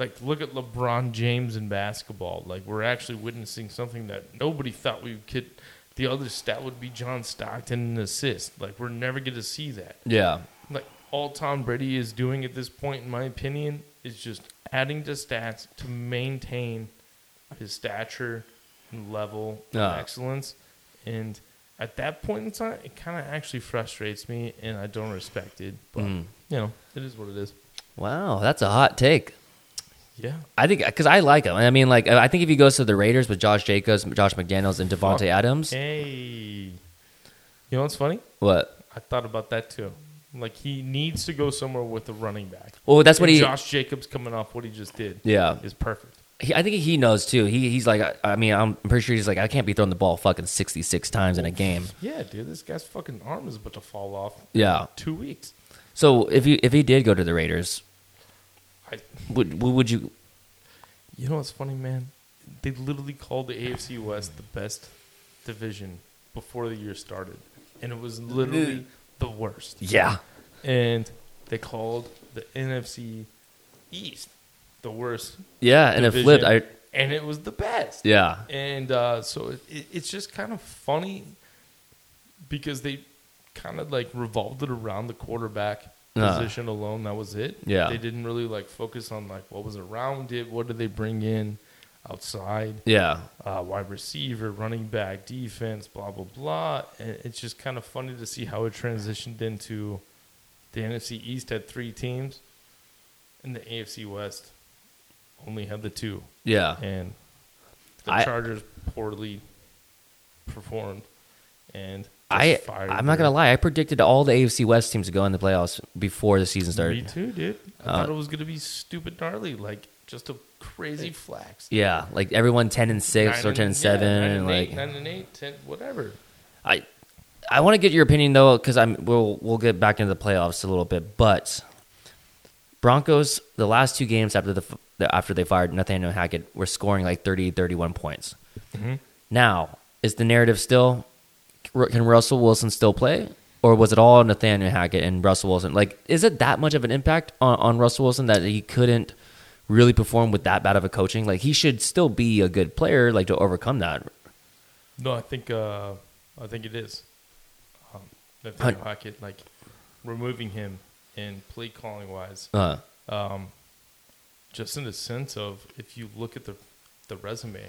like look at LeBron James in basketball. Like we're actually witnessing something that nobody thought we could. The other stat would be John Stockton in assist. Like we're never going to see that. yeah, Like all Tom Brady is doing at this point, in my opinion, is just adding to stats to maintain his stature and level Yeah. of excellence. And at that point in time, it kind of actually frustrates me, and I don't respect it. But Mm. you know, it is what it is. Wow, that's a hot take. Yeah. I think because I like him. I mean, like I think if he goes to the Raiders with Josh Jacobs, Josh McDaniels, Oh, and Devontae Fuck. Adams, Hey, you know what's funny? what? I thought about that too. Like he needs to go somewhere with a running back. Well, that's what And he. Josh Jacobs coming off what he just did. Yeah. is perfect. he- I think he knows too. He he's like, I, I mean, I'm pretty sure he's like, I can't be throwing the ball fucking sixty six times in a game. Yeah, dude, this guy's fucking arm is about to fall off. Yeah. two weeks. So if he if he did go to the Raiders, I, would would you? you know what's funny, man? They literally called the AFC West the best division before the year started, and it was literally the worst. Yeah. And they called the NFC East the worst Yeah, and it division, flipped. I and it was the best. yeah. And uh, so it, it, it's just kind of funny because they kind of like revolved it around the quarterback Uh. position alone. That was it. Yeah. They didn't really like focus on like what was around it. What did they bring in outside? Yeah. Uh, wide receiver, running back, defense, blah, blah, blah. And it's just kind of funny to see how it transitioned into the NFC East had three teams and the AFC West only had the two Yeah. and the I- Chargers poorly performed. And I just fired I'm not gonna Brady. lie. I predicted all the AFC West teams to go in the playoffs before the season Me started. too, dude. Uh, I thought it was gonna be stupid gnarly, like just a crazy flax. Yeah, like everyone ten and six Nine or ten and yeah, seven, nine and eight, like nine and eight, ten, whatever. I I want to get your opinion though, because I'm we'll we'll get back into the playoffs a little bit, but Broncos the last two games after the f- the- after they fired Nathaniel Hackett were scoring like 30, 31 points. Now is the narrative still Ru- can Russell Wilson still play? Or was it all Nathaniel Hackett and Russell Wilson? Like, is it that much of an impact on, on Russell Wilson that he couldn't really perform with that bad of a coaching? Like, he should still be a good player, like to overcome that. No, I think uh, I think it is. Um, Nathaniel Hackett, like removing him and play calling wise, Uh, um, just in the sense of if you look at the the resume,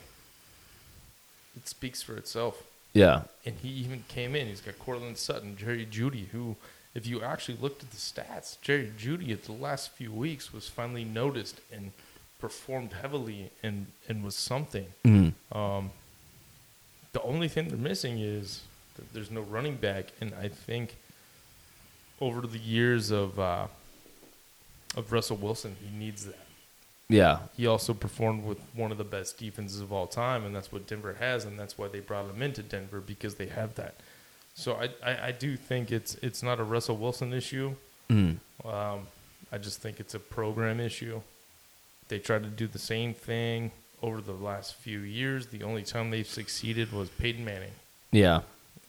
it speaks for itself. yeah, And he even came in. He's got Cortland Sutton, Jerry Judy, who, if you actually looked at the stats, Jerry Judy at the last few weeks was finally noticed and performed heavily and, and was something. Um, the only thing they're missing is that there's no running back. And I think over the years of, uh, of Russell Wilson, he needs that yeah, he also performed with one of the best defenses of all time, and that's what Denver has, and that's why they brought him into Denver because they have that. So I, I, I do think it's it's not a Russell Wilson issue. Mm-hmm. Um, I just think it's a program issue. They tried to do the same thing over the last few years. The only time they've succeeded was Peyton Manning, yeah.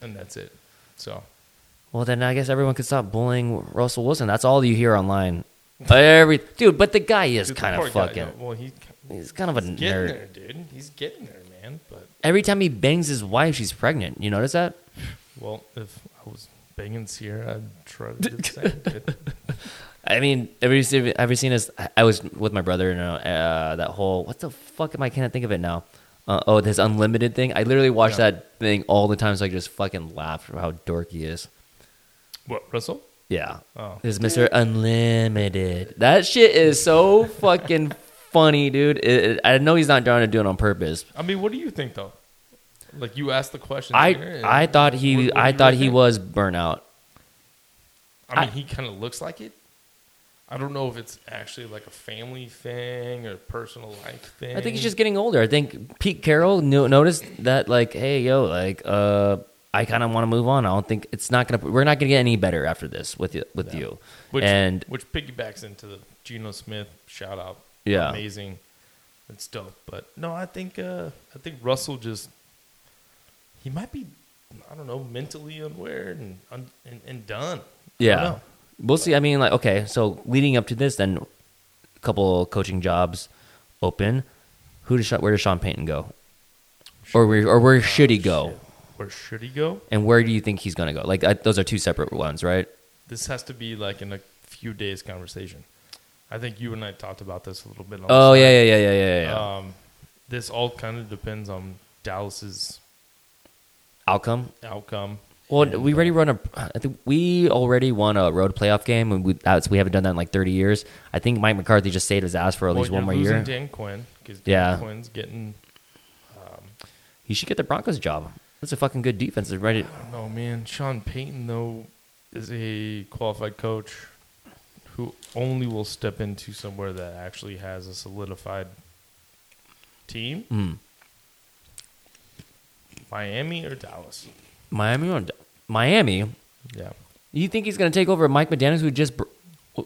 and that's it. So Well, then I guess everyone could stop bullying Russell Wilson. That's all you hear online. Every dude, but the guy is Dude, the kind poor of guy, fucking. yeah, well, he's He's kind of a getting nerd. there, dude. He's getting there, man. But Every time he bangs his wife, she's pregnant. You notice that? Well, if I was banging Sierra, I'd try to <laughs> do the same. dude. I mean, have you seen, have you seen his? I was with my brother and uh, that whole what the fuck am I? Can't think of it now. Uh, oh, this unlimited thing. I literally watched Yeah. that thing all the time, so I just fucking laughed at how dorky he is. What, Russell? Yeah. Oh. This is Mr. Unlimited. That shit is so fucking <laughs> funny, dude. It- it- I know he's not trying to do it on purpose. I mean, what do you think though? Like you asked the question. I here, I and thought he what- what I do you thought he think? was burnout. I mean, he kind of looks like it. I don't know if it's actually like a family thing or personal life thing. I think he's just getting older. I think Pete Carroll no- noticed that, like, hey, yo, like, uh, I kind of want to move on. I don't think it's not gonna. We're not gonna get any better after this with you, with you. which, and which piggybacks into the Geno Smith shout out. Yeah. amazing. It's dope. But no, I think uh, I think Russell just he might be I don't know mentally unaware and un, and, and done. I don't yeah, know. we'll see. I mean, like, okay, so leading up to this, then a couple coaching jobs open. Who does Sha- where does Sean Payton go, or where or where should he go, Oh, Shit. Where should he go? and where do you think he's gonna go? Like, I, those are two separate ones, right? This has to be like in a few days conversation. I think you and I talked about this a little bit. on the Oh side. yeah, yeah, yeah, yeah, yeah, yeah. Um, this all kind of depends on Dallas's Oh. Outcome. outcome. Well, And, we already run a. I think we already won a road playoff game, and we that's, we haven't done that in like thirty years. I think Mike McCarthy just saved his ass for at well, least one you're more losing year. Dan Quinn because Yeah. Dan Quinn's getting. he should get the Broncos job. That's a fucking good defense. They're ready. I don't know, oh, man. Sean Payton though is a qualified coach who only will step into somewhere that actually has a solidified team. Mm. Miami or Dallas? Miami, or- Miami. Yeah. You think he's going to take over Mike McDaniel's, who just br-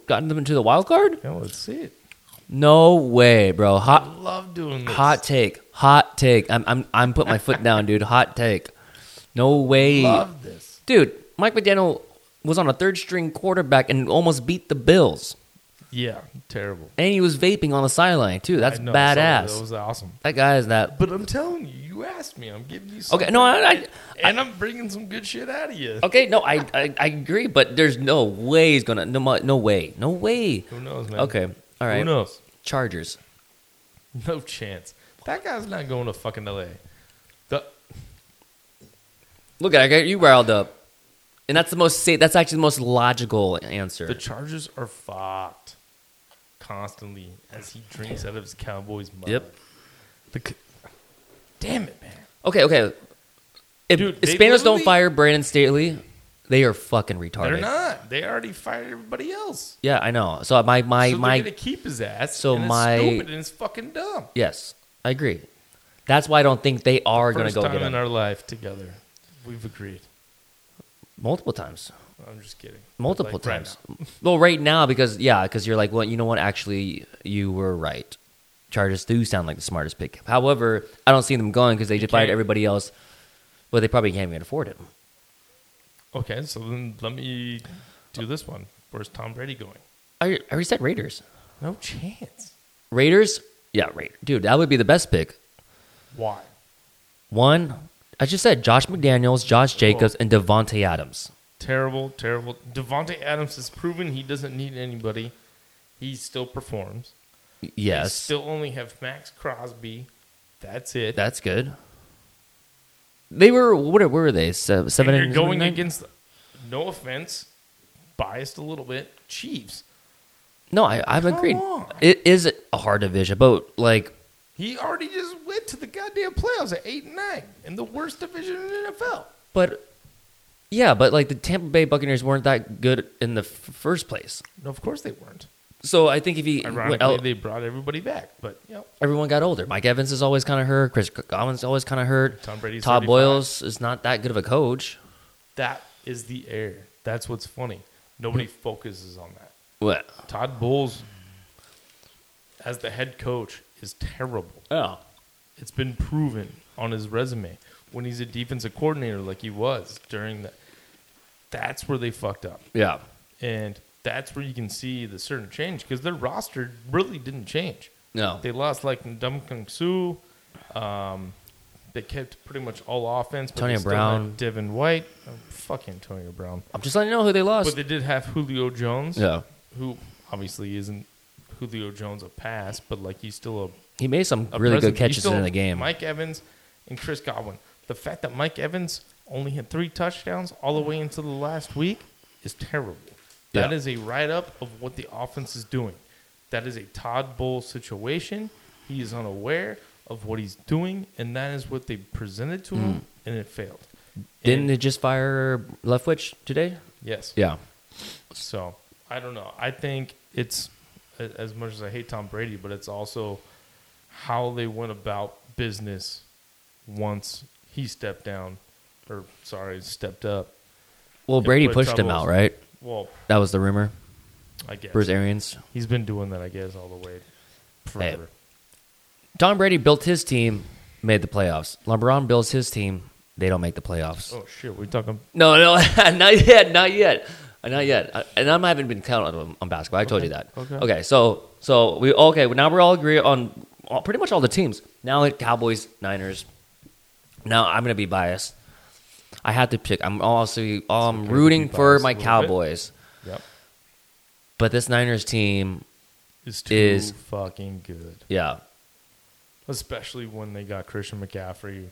gotten them into the wild card? Yeah, let's see it. No way, bro. I Hot, love doing this. hot take. Hot take. I'm, I'm, I'm putting my foot down, dude. Hot take. No way. Love this. Dude, Mike McDaniel was on a third string quarterback and almost beat the Bills. Yeah, terrible. And he was vaping on the sideline too. That's I know, so badass. That was awesome. that guy is that. But I'm telling you, you asked me. I'm giving you. Okay, no, I- I- and I'm bringing some good shit out of you. Okay, no, I, I I agree, but there's no way he's gonna no mo- no way no way. Who knows, man? Okay, all Who right. knows? Chargers. No chance. That guy's not going to fucking L.A. The, Look at it, you riled up, and that's the most sa- that's actually the most logical answer. the Chargers are fucked constantly as he drinks out of his Cowboys mug. Yep. The c- Damn it, man. okay, okay. If, Dude, if they Spanos don't literally- fire Brandon Staley, they are fucking retarded. They're not. They already fired everybody else. Yeah, I know. So my my so my they're gonna keep his ass. so and my- it's stupid and it's fucking dumb. yes, I agree. That's why I don't think they are going to First go time get in him our life together, we've agreed. multiple times. I'm just kidding. But, multiple like, right times. well, right now because yeah, because you're like, well, you know what? Actually, you were right. Chargers do sound like the smartest pick. However, I don't see them going because they just fired can't- everybody else. Well, they probably can't even afford it. now. Okay, so then let me do this one. Where's Tom Brady going? I, I already said Raiders. No chance. Raiders, yeah, Raiders. Dude, that would be the best pick. Why? One, I just said Josh McDaniels, Josh Jacobs, and Devontae Adams. Terrible, terrible. Devonte Adams has proven he doesn't need anybody. He still performs. Y- They Yes, still only have Max Crosby. That's it. that's good. They were what were they? Se- and Seven you're and going nine? against. No offense, biased a little bit. Chiefs. No, I, I've Come agreed. on. It is a hard division, but like, He already just went to the goddamn playoffs at eight and nine in the worst division in the NFL. but yeah, but like the Tampa Bay Buccaneers weren't that good in the f- first place. No, of course they weren't. So I think if he went Ironically, out, they brought everybody back, but you know, everyone got older. Mike Evans is always kind of hurt. Chris Godwin's always kind of hurt. Tom Brady's Todd 35. Boyles is not that good of a coach. that is the air. That's what's funny. Nobody focuses on that. What? Todd Bowles, as the head coach, is terrible. Oh, It's been proven on his resume when he's a defensive coordinator, like he was during the. That's where they fucked up, yeah, and that's where you can see the certain change because their roster really didn't change. no, They lost like Ndamukong Su. Um, they kept pretty much all offense. but Antonio they still Brown. had Devin White. Oh, fuck Antonio Brown. I'm just letting you know who they But lost. they did have Julio Jones, yeah, who obviously isn't Julio Jones a pass, but like he's still he made some a, a really good presence. He's catches still in the game. Mike Evans and Chris Godwin. The fact that Mike Evans only had three touchdowns all the way into the last week is terrible. That Yeah. is a write up of what the offense is doing. That is a Todd Bowl situation. He is unaware of what he's doing, and that is what they presented to him, and it failed. Mm. Didn't And- it just fire Leftwich today? Yes. Yeah. So I don't know. I think it's a- as much as I hate Tom Brady, but it's also how they went about business once he stepped down, or sorry, stepped up. Well, Yeah, Brady but pushed him troubles. out, right? Well, That was the rumor. I guess Bruce Arians. he's been doing that. I guess all the way forever. Tom Brady built his team, made the playoffs. LeBron builds his team, they don't make the playoffs. Oh shit, we talking? No, <laughs> no, not yet, not yet, Uh, not yet. I- And I haven't been counting on, on basketball. I told you that. okay. Okay. So, so we okay. Now we're all agree on all, pretty much all the teams. Now it Cowboys, Niners. Now I'm gonna be biased. I have to pick. I'm also I'm okay to rooting be for biased my a little bit. Cowboys, Yep, but this Niners team, is too Is- fucking good. yeah, especially when they got Christian McCaffrey.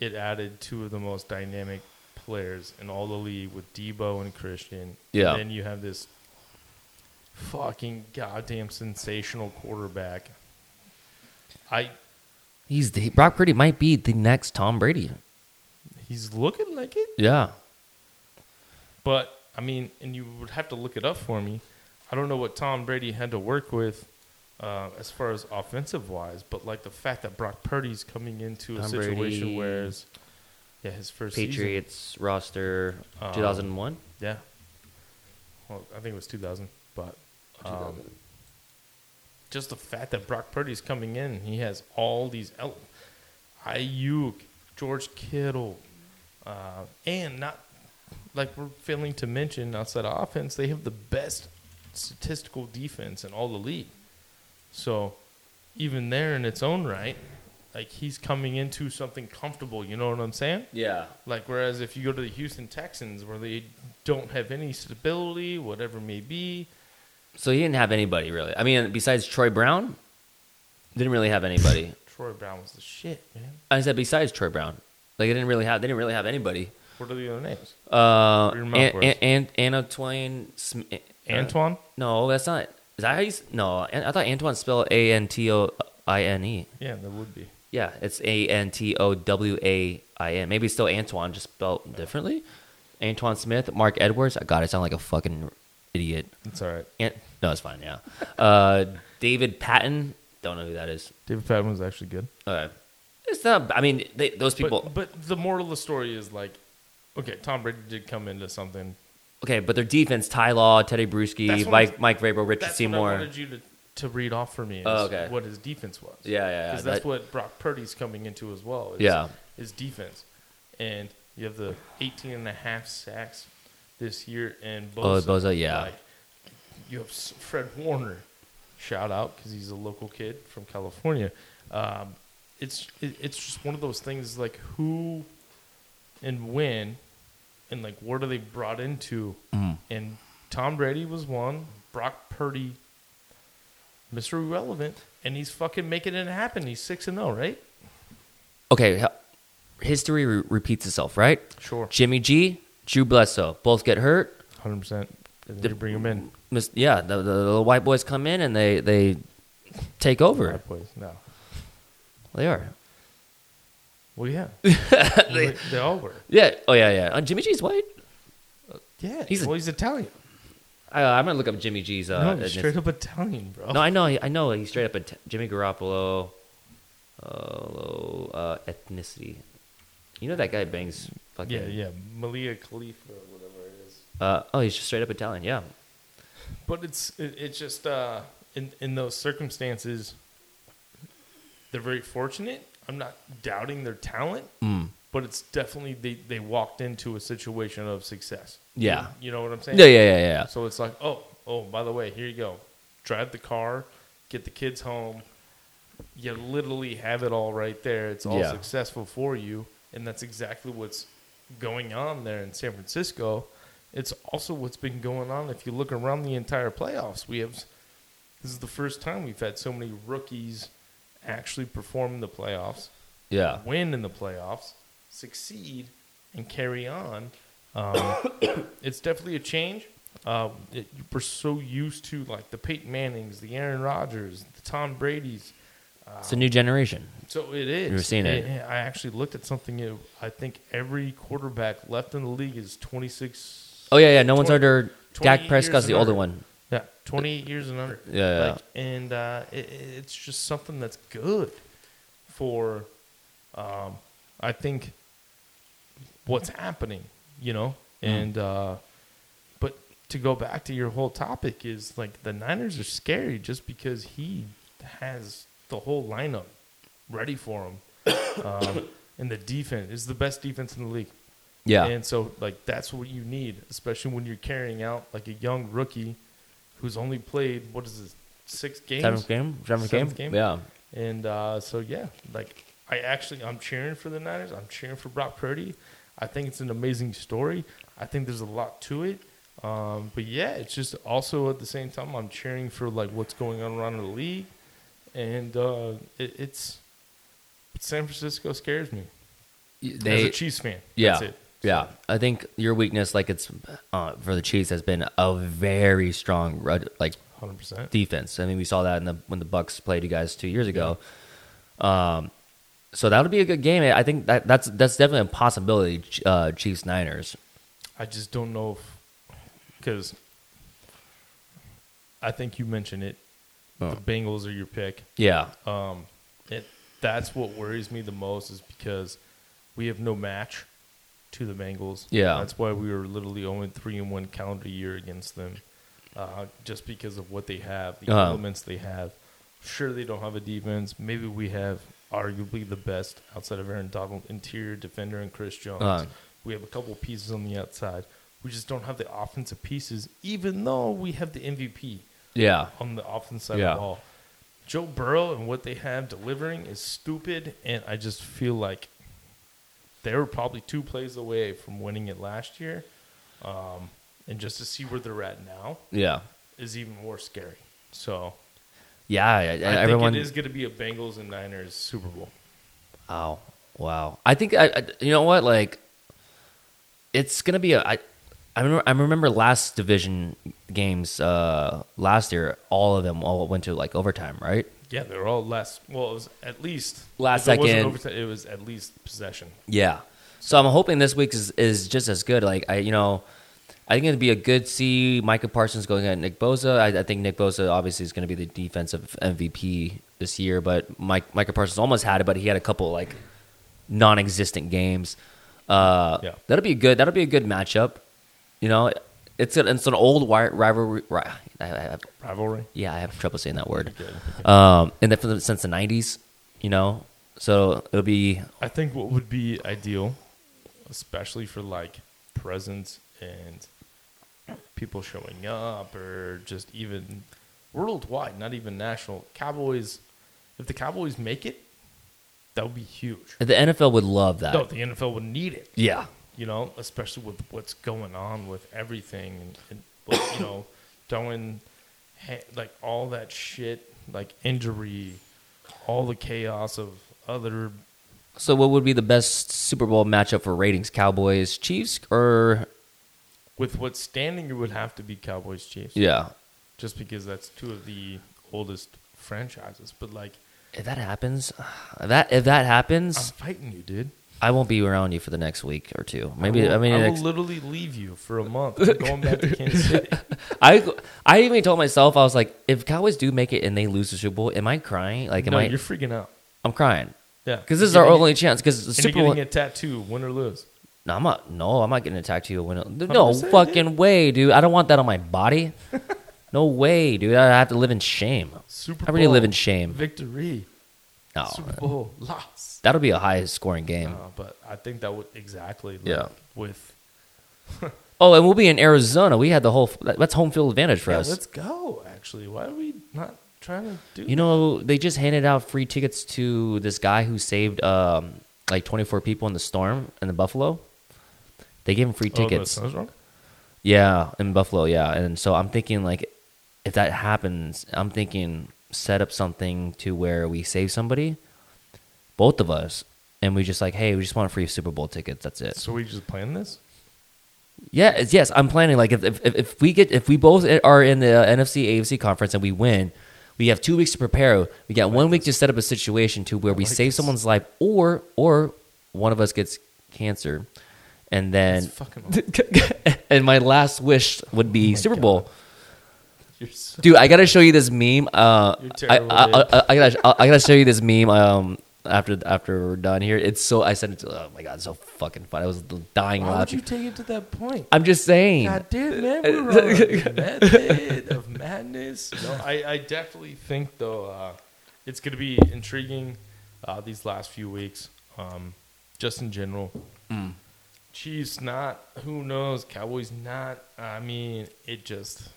It added two of the most dynamic players in all the league with Debo and Christian. Yeah. And then you have this fucking goddamn sensational quarterback. I he's the, Brock Purdy might be the next Tom Brady. he's looking like it, Yeah. but I mean, and you would have to look it up for me. I don't know what Tom Brady had to work with. Uh, as far as offensive wise, but like the fact that Brock Purdy's coming into a Tom situation Brady. where, it's- yeah, his first season, Patriots roster Um, 2001. Yeah. Well, I think it was 2000, but um, just the fact that Brock Purdy's coming in, he has all these ele- Ayuk, George Kittle, uh, and not like we're failing to mention outside of offense, they have the best statistical defense in all the league. So even there in its own right, like he's coming into something comfortable. You know what I'm saying? Yeah. Like whereas if you go to the Houston Texans, where they don't have any stability, whatever it may be, So he didn't have anybody really. I mean, besides Troy Brown, didn't really have anybody. Troy Brown was the shit, man. I said besides Troy Brown, like they didn't really have. They didn't really have anybody. What are the other names? Uh, Your and, mouth works. and, and Antoine. Sm- uh, Antoine? no, that's not. Is that how you? s- No, An- I thought Antoine spelled A N T O I N E. Yeah, there would be. Yeah, it's A N T O W A I N. Maybe it's still Antoine, just spelled differently. Antoine Smith, Mark Edwards. God, I sound like a fucking idiot. It's all right. Ant- no, it's fine. Yeah. Uh, David Patton. Don't know who that is. David Patton was actually good. Uh, it's not. I mean, they, those people. But, but the moral of the story is like, okay, Tom Brady did come into something. okay, but their defense: Ty Law, Teddy Bruschi, That's what Mike, I'm- Mike Vrabel, Richard That's Seymour. what I wanted you to, to read off for me. Is Oh, okay. What his defense was. Yeah, yeah, yeah. Because that's That- what Brock Purdy's coming into as well. Is, Yeah. Is defense. And you have the 18 and a half sacks this year and Oh, Bosa. Bosa, yeah. Like, you have S- Fred Warner. Shout out because he's a local kid from California. Um, it's it, it's just one of those things like who and when and like what are they brought into? Mm-hmm. And Tom Brady was one. Brock Purdy, Mr. Irrelevant, and he's fucking making it happen. He's six and zero, right? okay, h- history re- repeats itself, right? Sure, Jimmy G, Drew Bledsoe, both get hurt. hundred percent. They bring him in. Mis- yeah, the, the, the white boys come in and they they take over. Bad boys, No. They are. <laughs> Well, yeah. they, they all were. Yeah. Oh yeah, yeah. Uh, Jimmy G's white. Yeah. He's a- well, he's Italian. I, I'm gonna look up Jimmy G's. Uh, no, ethnicity. he's straight up Italian, bro. No, I know, I know. He's straight up a t- Jimmy Garoppolo, uh, low, uh, ethnicity. You know that guy bangs fucking. yeah, yeah. Malia Khalifa or whatever it is. Uh, oh, he's just straight up Italian. Yeah, But it's it, it's just uh, in in those circumstances, they're very fortunate. I'm not doubting their talent, Mm. but it's definitely they, they walked into a situation of success. Yeah. you, know what I'm saying. yeah, yeah, yeah, yeah. So it's like, oh, oh, by the way, here you go. Drive the car, get the kids home. You literally have it all right there. It's all Yeah. successful for you. And that's exactly what's going on there in San Francisco. It's also what's been going on if you look around the entire playoffs. We have this is the first time we've had so many rookies actually perform in the playoffs yeah. win in the playoffs, <coughs> succeed, and carry on. Um, it's definitely a change. Uh, it, we're so used to like the Peyton Mannings, the Aaron Rodgers, the Tom Brady's. It's a new generation. So it is. You've seen it. And- and I actually looked at something. you know, I think every quarterback left in the league is 26. Oh yeah, yeah. No one's 20 under Dak 28 Prescott's years the and older under. one. Yeah, 28 years and under. Yeah, yeah. Like, and uh, it, it- it's just something that's good for, um, I think, what's happening, you know? Mm-hmm. And, uh, but to go back to your whole topic is like the Niners are scary just because he has the whole lineup ready for him. <coughs> um, and the defense is the best defense in the league. Yeah, And so like that's what you need, especially when you're carrying out like a young rookie who's only played what is it, six games? seventh game, seventh, Seventh game. game? Yeah, And uh, so yeah, like I actually I'm cheering for the Niners. I'm cheering for Brock Purdy. I think it's an amazing story. I think there's a lot to it. Um, but yeah, it's just also at the same time I'm cheering for like what's going on around the league, and uh, it, it's San Francisco scares me as a Chiefs fan. Yeah. That's it. Yeah. I think your weakness, like it's uh, for the Chiefs, has been a very strong red, like hundred percent. defense. I mean, we saw that in the when the Bucks played you guys two years ago. Um, so that'll be a good game. I think that that's that's definitely a possibility. Ch- Uh, Chiefs Niners. I just don't know if because I think you mentioned it. Oh. The Bengals are your pick. Yeah. Um, it that's what worries me the most is because we have no match to the Bengals. Yeah. that's why we were literally only three and one calendar year against them, uh, just because of what they have, the Uh-huh. elements they have. Sure, they don't have a defense. Maybe we have arguably the best outside of Aaron Donald interior defender and Chris Jones. Uh-huh. We have a couple pieces on the outside. We just don't have the offensive pieces, even though we have the MVP Yeah. on the offense side Yeah. of the ball. Joe Burrow and what they have delivering is stupid, and I just feel like they were probably two plays away from winning it last year. Um, and just to see where they're at now Yeah. is even more scary. So Yeah. I- I- I everyone think it is going to be a Bengals and Niners Super Bowl. Oh wow! I think I, I you know what like it's gonna be a I I remember, I remember last division games uh last year all of them all went to like overtime right Yeah, they were all last. Well, it was at least Last if it wasn't second. overtime, it was at least possession. yeah so I'm hoping this week is is just as good like I you know I think it'd be a good see Micah Parsons going at Nick Bosa I, I think Nick Bosa obviously is going to be the defensive MVP this year but Mike Micah Parsons almost had it but he had a couple like non-existent games uh Yeah. That'll be good. That'll be a good matchup. You know, it's a, it's an old wi- rivalry. ri- I, I have, Rivalry. yeah, I have trouble saying that word. Good. Um, and then from the, since the '90s, you know, so it'll be I think what would be ideal, especially for like presence and people showing up, or just even worldwide, not even national. Cowboys, if the Cowboys make it, that would be huge. the NFL would love that. No, the NFL would need it. Yeah, You know, especially with what's going on with everything, and, and with, you know, throwing ha- like all that shit, like injury, all the chaos of other So what would be the best Super Bowl matchup for ratings? Cowboys, Chiefs, or with what's standing, it would have to be Cowboys Chiefs. yeah? Just because that's two of the oldest franchises. But like, If that happens, <sighs> if that if that I'm happens, fighting you, dude. I won't be around you for the next week or two. Maybe I, will, mean, I will next, literally leave you for <laughs> a month. I'm going back to Kansas City. I I even told myself I was like, if Cowboys do make it and they lose the Super Bowl, am I crying? Like, am no, I? you're freaking out. I'm crying Yeah, because this is You're our only getting- chance. Because the And you're Super Bowl. getting a tattoo, win or lose. no, I'm not. No, I'm not getting attacked to you. When it, no 100%, fucking way, dude. I don't want that on my <laughs> body. no way, dude. I have to live in shame. Super I already Bowl live in shame. Oh, Victory. No, Super Bowl loss. that'll be a high scoring game. Uh, but I think that would exactly. like, Yeah. With Oh, and we'll be in Arizona. We had the whole. that- That's home field advantage for yeah, us. let's go. Actually, why are we not trying to do? You know, they just handed out free tickets to this guy who saved um, like 24 people in the storm in the Buffalo. They gave him free Oh, the tickets. sun's wrong? yeah, in Buffalo, yeah. And so I'm thinking like if that happens, I'm thinking set up something to where we save somebody, both of us, and we just like, "Hey, we just want free Super Bowl tickets. That's it." So we just planned this. Yeah, it's, yes, I'm planning. Like if, if if we get if we both are in the uh, NFC AFC conference and we win, we have two weeks to prepare. We got one week to set up a situation to where we like save this. someone's life, or or one of us gets cancer, and It's then fucking. <laughs> Oh and my last wish would be Super Bowl. You're so, Dude, I gotta show you this meme. Uh, You're I, terrible, I, dude. I, I gotta, I gotta show you this meme. Um, after after we're done here, it's so I sent it to. Oh my god, it's so fucking funny. I was dying why would you laughing. take it to that point? I'm just saying. God damn, man, we're on <laughs> a method of madness. Uh, No, I, I definitely think though uh, it's going to be intriguing uh, these last few weeks, um, just in general. Mm. Chiefs not, who knows? Cowboys not. I mean, it just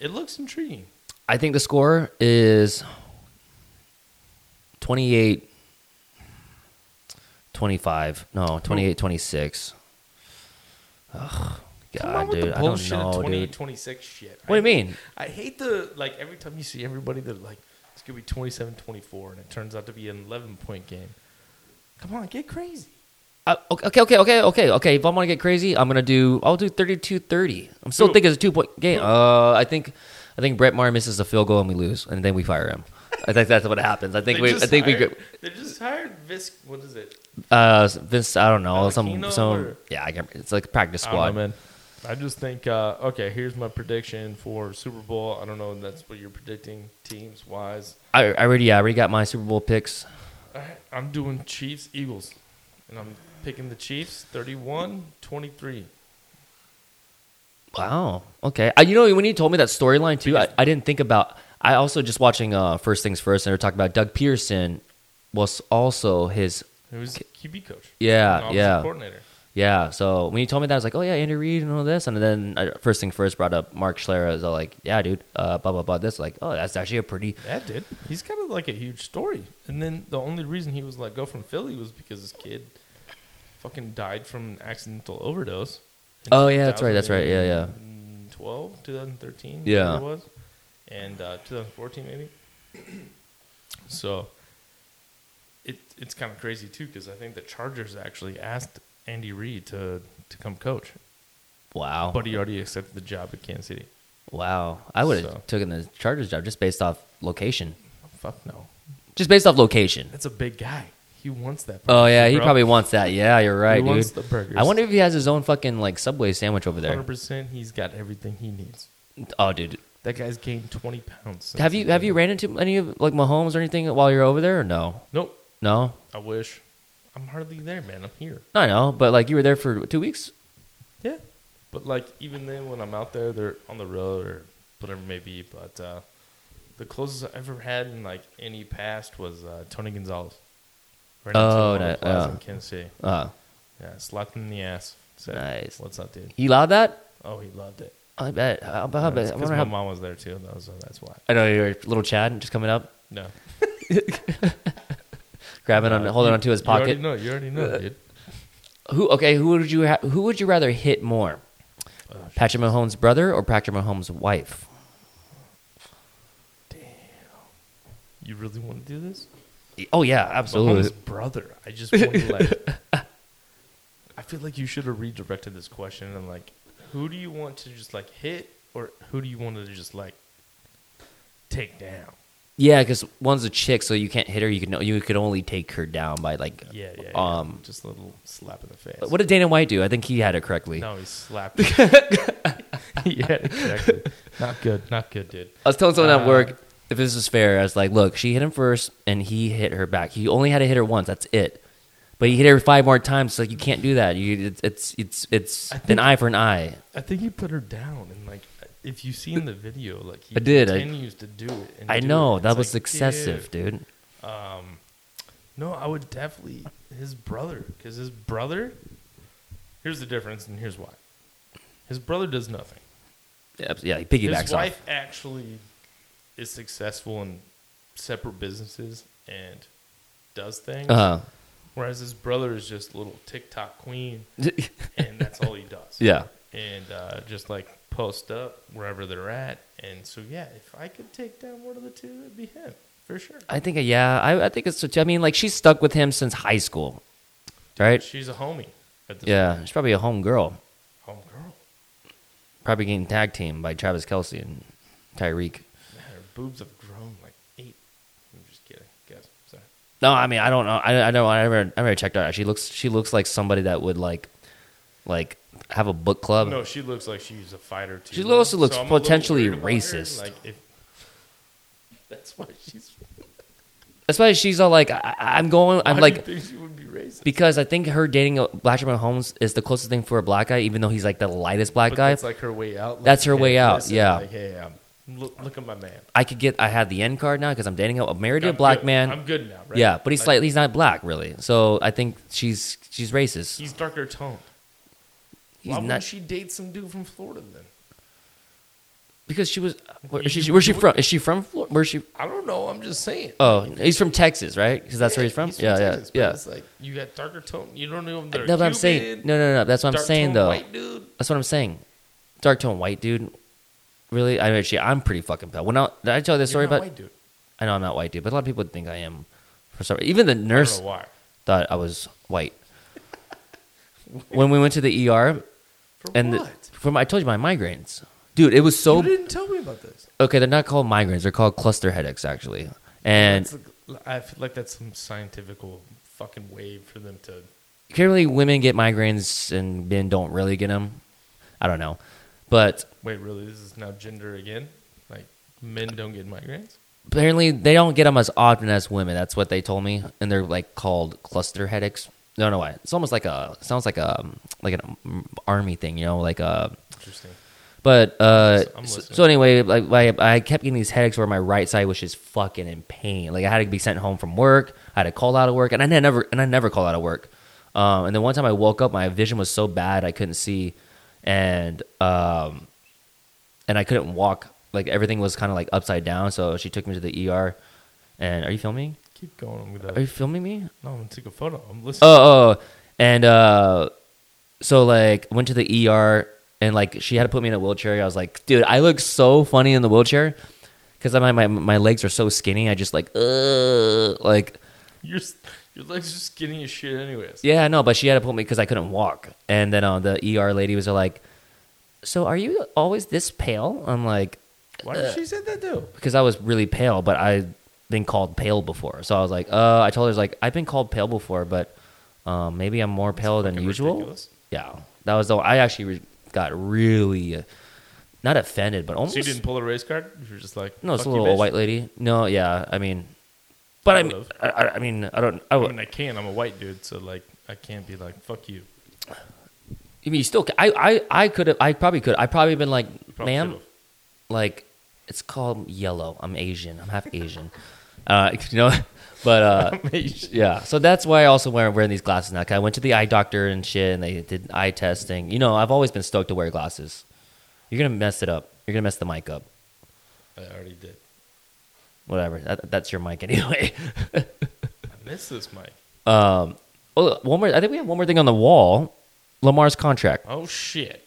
it looks intriguing. I think the score is 28 25. No, 28 26. Ugh, Come God, on with dude. the I don't bullshit know, of 28, dude. 26 shit. What do you I- mean? I hate the like every time you see everybody they're like it's gonna be 27-24 and it turns out to be an eleven point game. Come on, get crazy. Uh, okay, okay, okay, okay, okay. If I'm gonna get crazy, I'm gonna do. I'll do 32 30. I'm still Who? thinking it's a two point game. Uh, I think, I think Brett Maher misses a field goal and we lose, and then we fire him. I think that's what happens. I think They we. I just think we. hired- They just hired Visk. What is it? Uh, Vince. I don't know. Some. Valentino Some. or- Yeah, I can, it's like practice I don't know, squad. man. I just think uh, okay. Here's my prediction for Super Bowl. I don't know. if That's what you're predicting teams wise. I, I already, I already got my Super Bowl picks. I, I'm doing Chiefs Eagles, and I'm picking the Chiefs 31-23. Wow. Okay. I, you know, when you told me that storyline too, I, I didn't think about. I also just watching uh, First Things First, and they were talking about Doug Peterson was also his. Who's QB coach? Yeah, And offensive yeah. Coordinator. Yeah. So when you told me that, I was like, oh yeah, Andy Reid and all this, and then I, First Thing First brought up Mark Schlereth. I was all like, yeah, dude, uh, blah blah blah. This like, oh, that's actually a pretty. Yeah, dude. He's kind of like a huge story. And then the only reason he was let go from Philly was because his kid fucking died from an accidental overdose. in Oh, yeah, that's right, that's right, yeah, yeah. 2012, 2013, Yeah. whatever it was, and uh, 2014 maybe. <clears throat> so it it's kind of crazy too because I think the Chargers actually asked Andy Reid to to come coach, Wow. but he already accepted the job at Kansas City. wow. I would have So. taken the Chargers job just based off location. Fuck no, Just based off location. that's a big guy. He wants that. Oh yeah, position, he bro. probably wants that. Yeah, you're right, dude. wants the burgers. I wonder if he has his own fucking like Subway sandwich over there. Hundred percent, he's got everything he needs. Oh, dude, That guy's gained twenty pounds. since have he's you have been- you ran into any of like Mahomes or anything while you're over there? Or no, Nope. no, I wish. I'm hardly there, man. I'm here. I know, but like you were there for two weeks. Yeah. But like even then, when I'm out there, they're on the road or whatever it may be. But uh, the closest I ever had in like any past was uh, Tony Gonzalez. Right Oh, the that- plaza oh. in Kansas City. Uh, Yeah, slapped him in the ass. Said, Nice. What's up, dude? he allowed that. Oh, he loved it. I bet. I, bet- Oh, I, bet. I Because wonder my how. mom was there too, though, so that's why. I know you're little Chad just coming up, No. grabbing on, Uh, holding you- onto his you already pocket. know. You already know, dude. Who? Okay, who would you ha- who would you rather hit more, Oh, Patrick Mahomes' brother or Patrick Mahomes' wife? You really want to do this? Oh yeah, Mahomes' absolutely. brother. I just want to like. I feel like you should have redirected this question and like, who do you want to just like hit, or who do you want to just like take down? Yeah, because one's a chick, so you can't hit her. You can you could only take her down by like Yeah, yeah. yeah. Um, just a little slap in the face. What did Dana White do? I think he had it correctly. No, he <laughs> slapped. it. <laughs> yeah, exactly. Not good. Not good, dude. I was telling someone at Uh, work if this is fair. I was like, look, she hit him first, and he hit her back. He only had to hit her once. That's it. But he hit her five more times. So like, you can't do that. You, it's it's it's it's I an think- eye for an eye. I think he put her down, and like, if you seen the video, like he I did, I- continues to do it. And I do it. know It's that like, was excessive, dude. dude. Um, no, I would definitely his brother because his brother. Here's the difference, and here's why. His brother does nothing. Yeah, Yeah, he His piggybacks wife off. actually is successful in separate businesses and does things, Uh whereas his brother is just a little TikTok <laughs> queen, huh. and that's all he does. <laughs> yeah. and uh, just like post up wherever they're at. And so, yeah, if I could take down one of the two, it'd be him for sure. I think uh, yeah. I, I think it's. I mean, like she's stuck with him since high school, right? She's a homie. At this Yeah, she's probably a home girl. Homegirl. Probably getting tag team by Travis Kelsey and Tyreek. Man, her boobs have grown like eight. I'm just kidding, guys. Sorry. No, I mean I don't know. I I don't. I never I never checked her out. She looks she looks like somebody that would like like have a book club. No, she looks like she's a fighter too. She also looks I'm a little potentially worried about her, racist. Like if, <laughs> that's why she's. That's why she's all like I, I- I'm going. I'm why do like you think <laughs> she would be racist. because I think her dating a Black Woman Holmes is the closest thing for a black guy, even though he's like the lightest black But guy. That's like her way out. Like, That's her way out, listen, yeah. Like, hey, I'm, look, look at my man. I could get. I have the end card now because I'm dating a I'm married to a I'm black good. man. I'm good now. Right? Yeah, but he's Like, slightly he's not black really. So I think she's she's racist. He's darker toned. He's why would not she date some dude from Florida then? because she was. Where, You- is she, where's she from? Is she from Flor- Where's she? I don't know. I'm just saying. Oh, he's from Texas, right? Because that's where he's from. yeah, Texas, but yeah, yeah. It's like you got darker tone. You don't know. No, but I'm saying no, no, no. That's what I'm saying though. White dude. That's what I'm saying. Dark tone white dude. Really, I mean, actually, I'm pretty fucking pale. When I, did I tell you this You're story not about? white dude. I know I'm not white dude, but a lot of people think I am. For some, even the I nurse don't know why. thought I was white. when we went to the ER, For and the, what? from I told you my migraines, dude. It was so you didn't tell me about this. Okay, they're not called migraines. They're called cluster headaches, actually. And That's like- I feel like that's some scientific fucking way for them to. generally, women get migraines and men don't really get them. I don't know. But Wait, really? This is now gender again? Like men don't get migraines? apparently, they don't get them as often as women. That's what they told me. And they're like called cluster headaches. No, no, why? It's almost like a sounds like a like an um, army thing, you know, like a Interesting. But uh, I'm so, listening. so anyway, like I, I kept getting these headaches where my right side was just fucking in pain. Like I had to be sent home from work. I had to call out of work, and I never and I never call out of work. Um, and then one time I woke up, my vision was so bad I couldn't see, and um, and I couldn't walk. Like everything was kind of like upside down. So she took me to the ER. And are you filming? Keep going with Are that. you filming me? No, I'm gonna take a photo. I'm listening. Oh, oh, and uh, so like went to the ER and like she had to put me in a wheelchair. I was like, dude, I look so funny in the wheelchair because my, my my legs are so skinny. I just like, uh, like Your your legs are skinny as shit, anyways. yeah, no. But she had to put me because I couldn't walk. And then uh, the ER lady was like, so are you always this pale? I'm like, Why did she say that though? because I was really pale, but I been called pale before. So I was like, uh, I told her I was like I've been called pale before, but um, maybe I'm more pale than fucking usual. ridiculous. Yeah, that was the I actually re- got really uh, not offended, but almost So you didn't pull a race card? You were just like, no, it's a "Fuck you, little bitch." white lady. No, yeah, I mean, but I mean, would've. I, I- I mean, I don't. I, I would- mean, I can't. I'm a white dude, so like, I can't be like, <laughs> fuck you. I mean, you still. ca- I I I could have. I probably could. I probably been like, probably ma'am, should've." like it's called yellow. I'm Asian. I'm half Asian. <laughs> uh, you know, but <laughs> uh, Asian. yeah. So that's why I also wear wearing these glasses now. 'cause I went to the eye doctor and shit, and they did eye testing. You know, I've always been stoked to wear glasses. You're gonna mess it up. You're gonna mess the mic up. I already did. Whatever. That, that's your mic anyway. <laughs> I missed this mic. um, oh, one more. I think we have one more thing on the wall. Lamar's contract. Oh shit.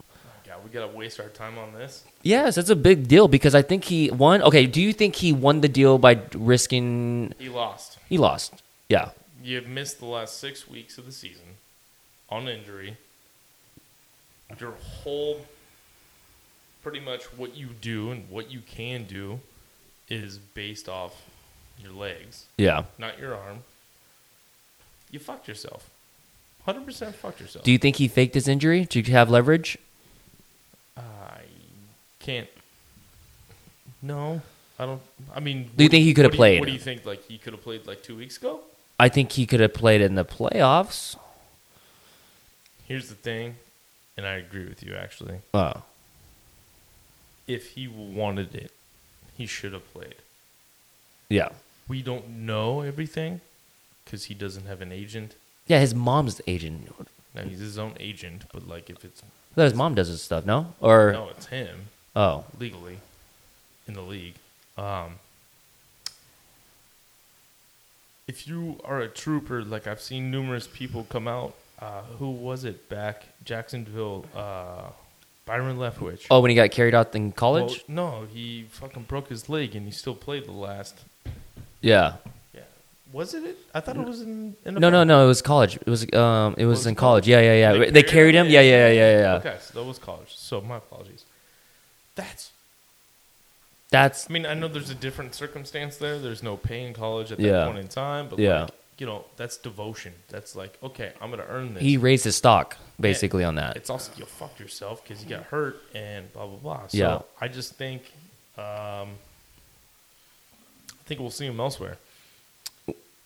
Oh, God, we gotta waste our time on this. Yes, that's a big deal because I think he won. Okay, do you think he won the deal by risking? He lost. He lost. Yeah. You have missed the last six weeks of the season on injury. Your whole, pretty much what you do and what you can do, is based off your legs, Yeah. not your arm. You fucked yourself. Hundred percent fucked yourself. Do you think he faked his injury to have leverage? I can't. No, I don't. I mean, Do you what think he could have what do you- played? What do you think? Like he could have played like two weeks ago. I think he could have played in the playoffs. Here's the thing, and I agree with you actually. Oh. If he wanted it, he should have played. Yeah. We don't know everything because he doesn't have an agent. Yeah, his mom's the agent. Now he's his own agent, but like if it's I thought his mom does this stuff, no? Or no, it's him oh, legally in the league. Um, if you are a trooper, like I've seen numerous people come out. Uh, who was it back Jacksonville? Uh, Byron Leftwich. oh, when he got carried out in Well, college? no, he fucking broke his leg and he still played the last. yeah, Yeah, Was it? it? I thought it was in. in No, no, no. It was college. It was um, it was, Was it in college. Yeah, yeah, yeah. They, carried him. in? Yeah, yeah, yeah, yeah, yeah. Okay, so that was college. So my apologies. That's. That's I mean, I know there's a different circumstance there. There's no pay in college at that Yeah. point in time, but Yeah. like, you know, that's devotion. That's like, okay, I'm gonna earn this. he raised his stock basically on that. it's also you fucked yourself because you got hurt and blah blah blah. So Yeah. I just think, um, I think we'll see him elsewhere.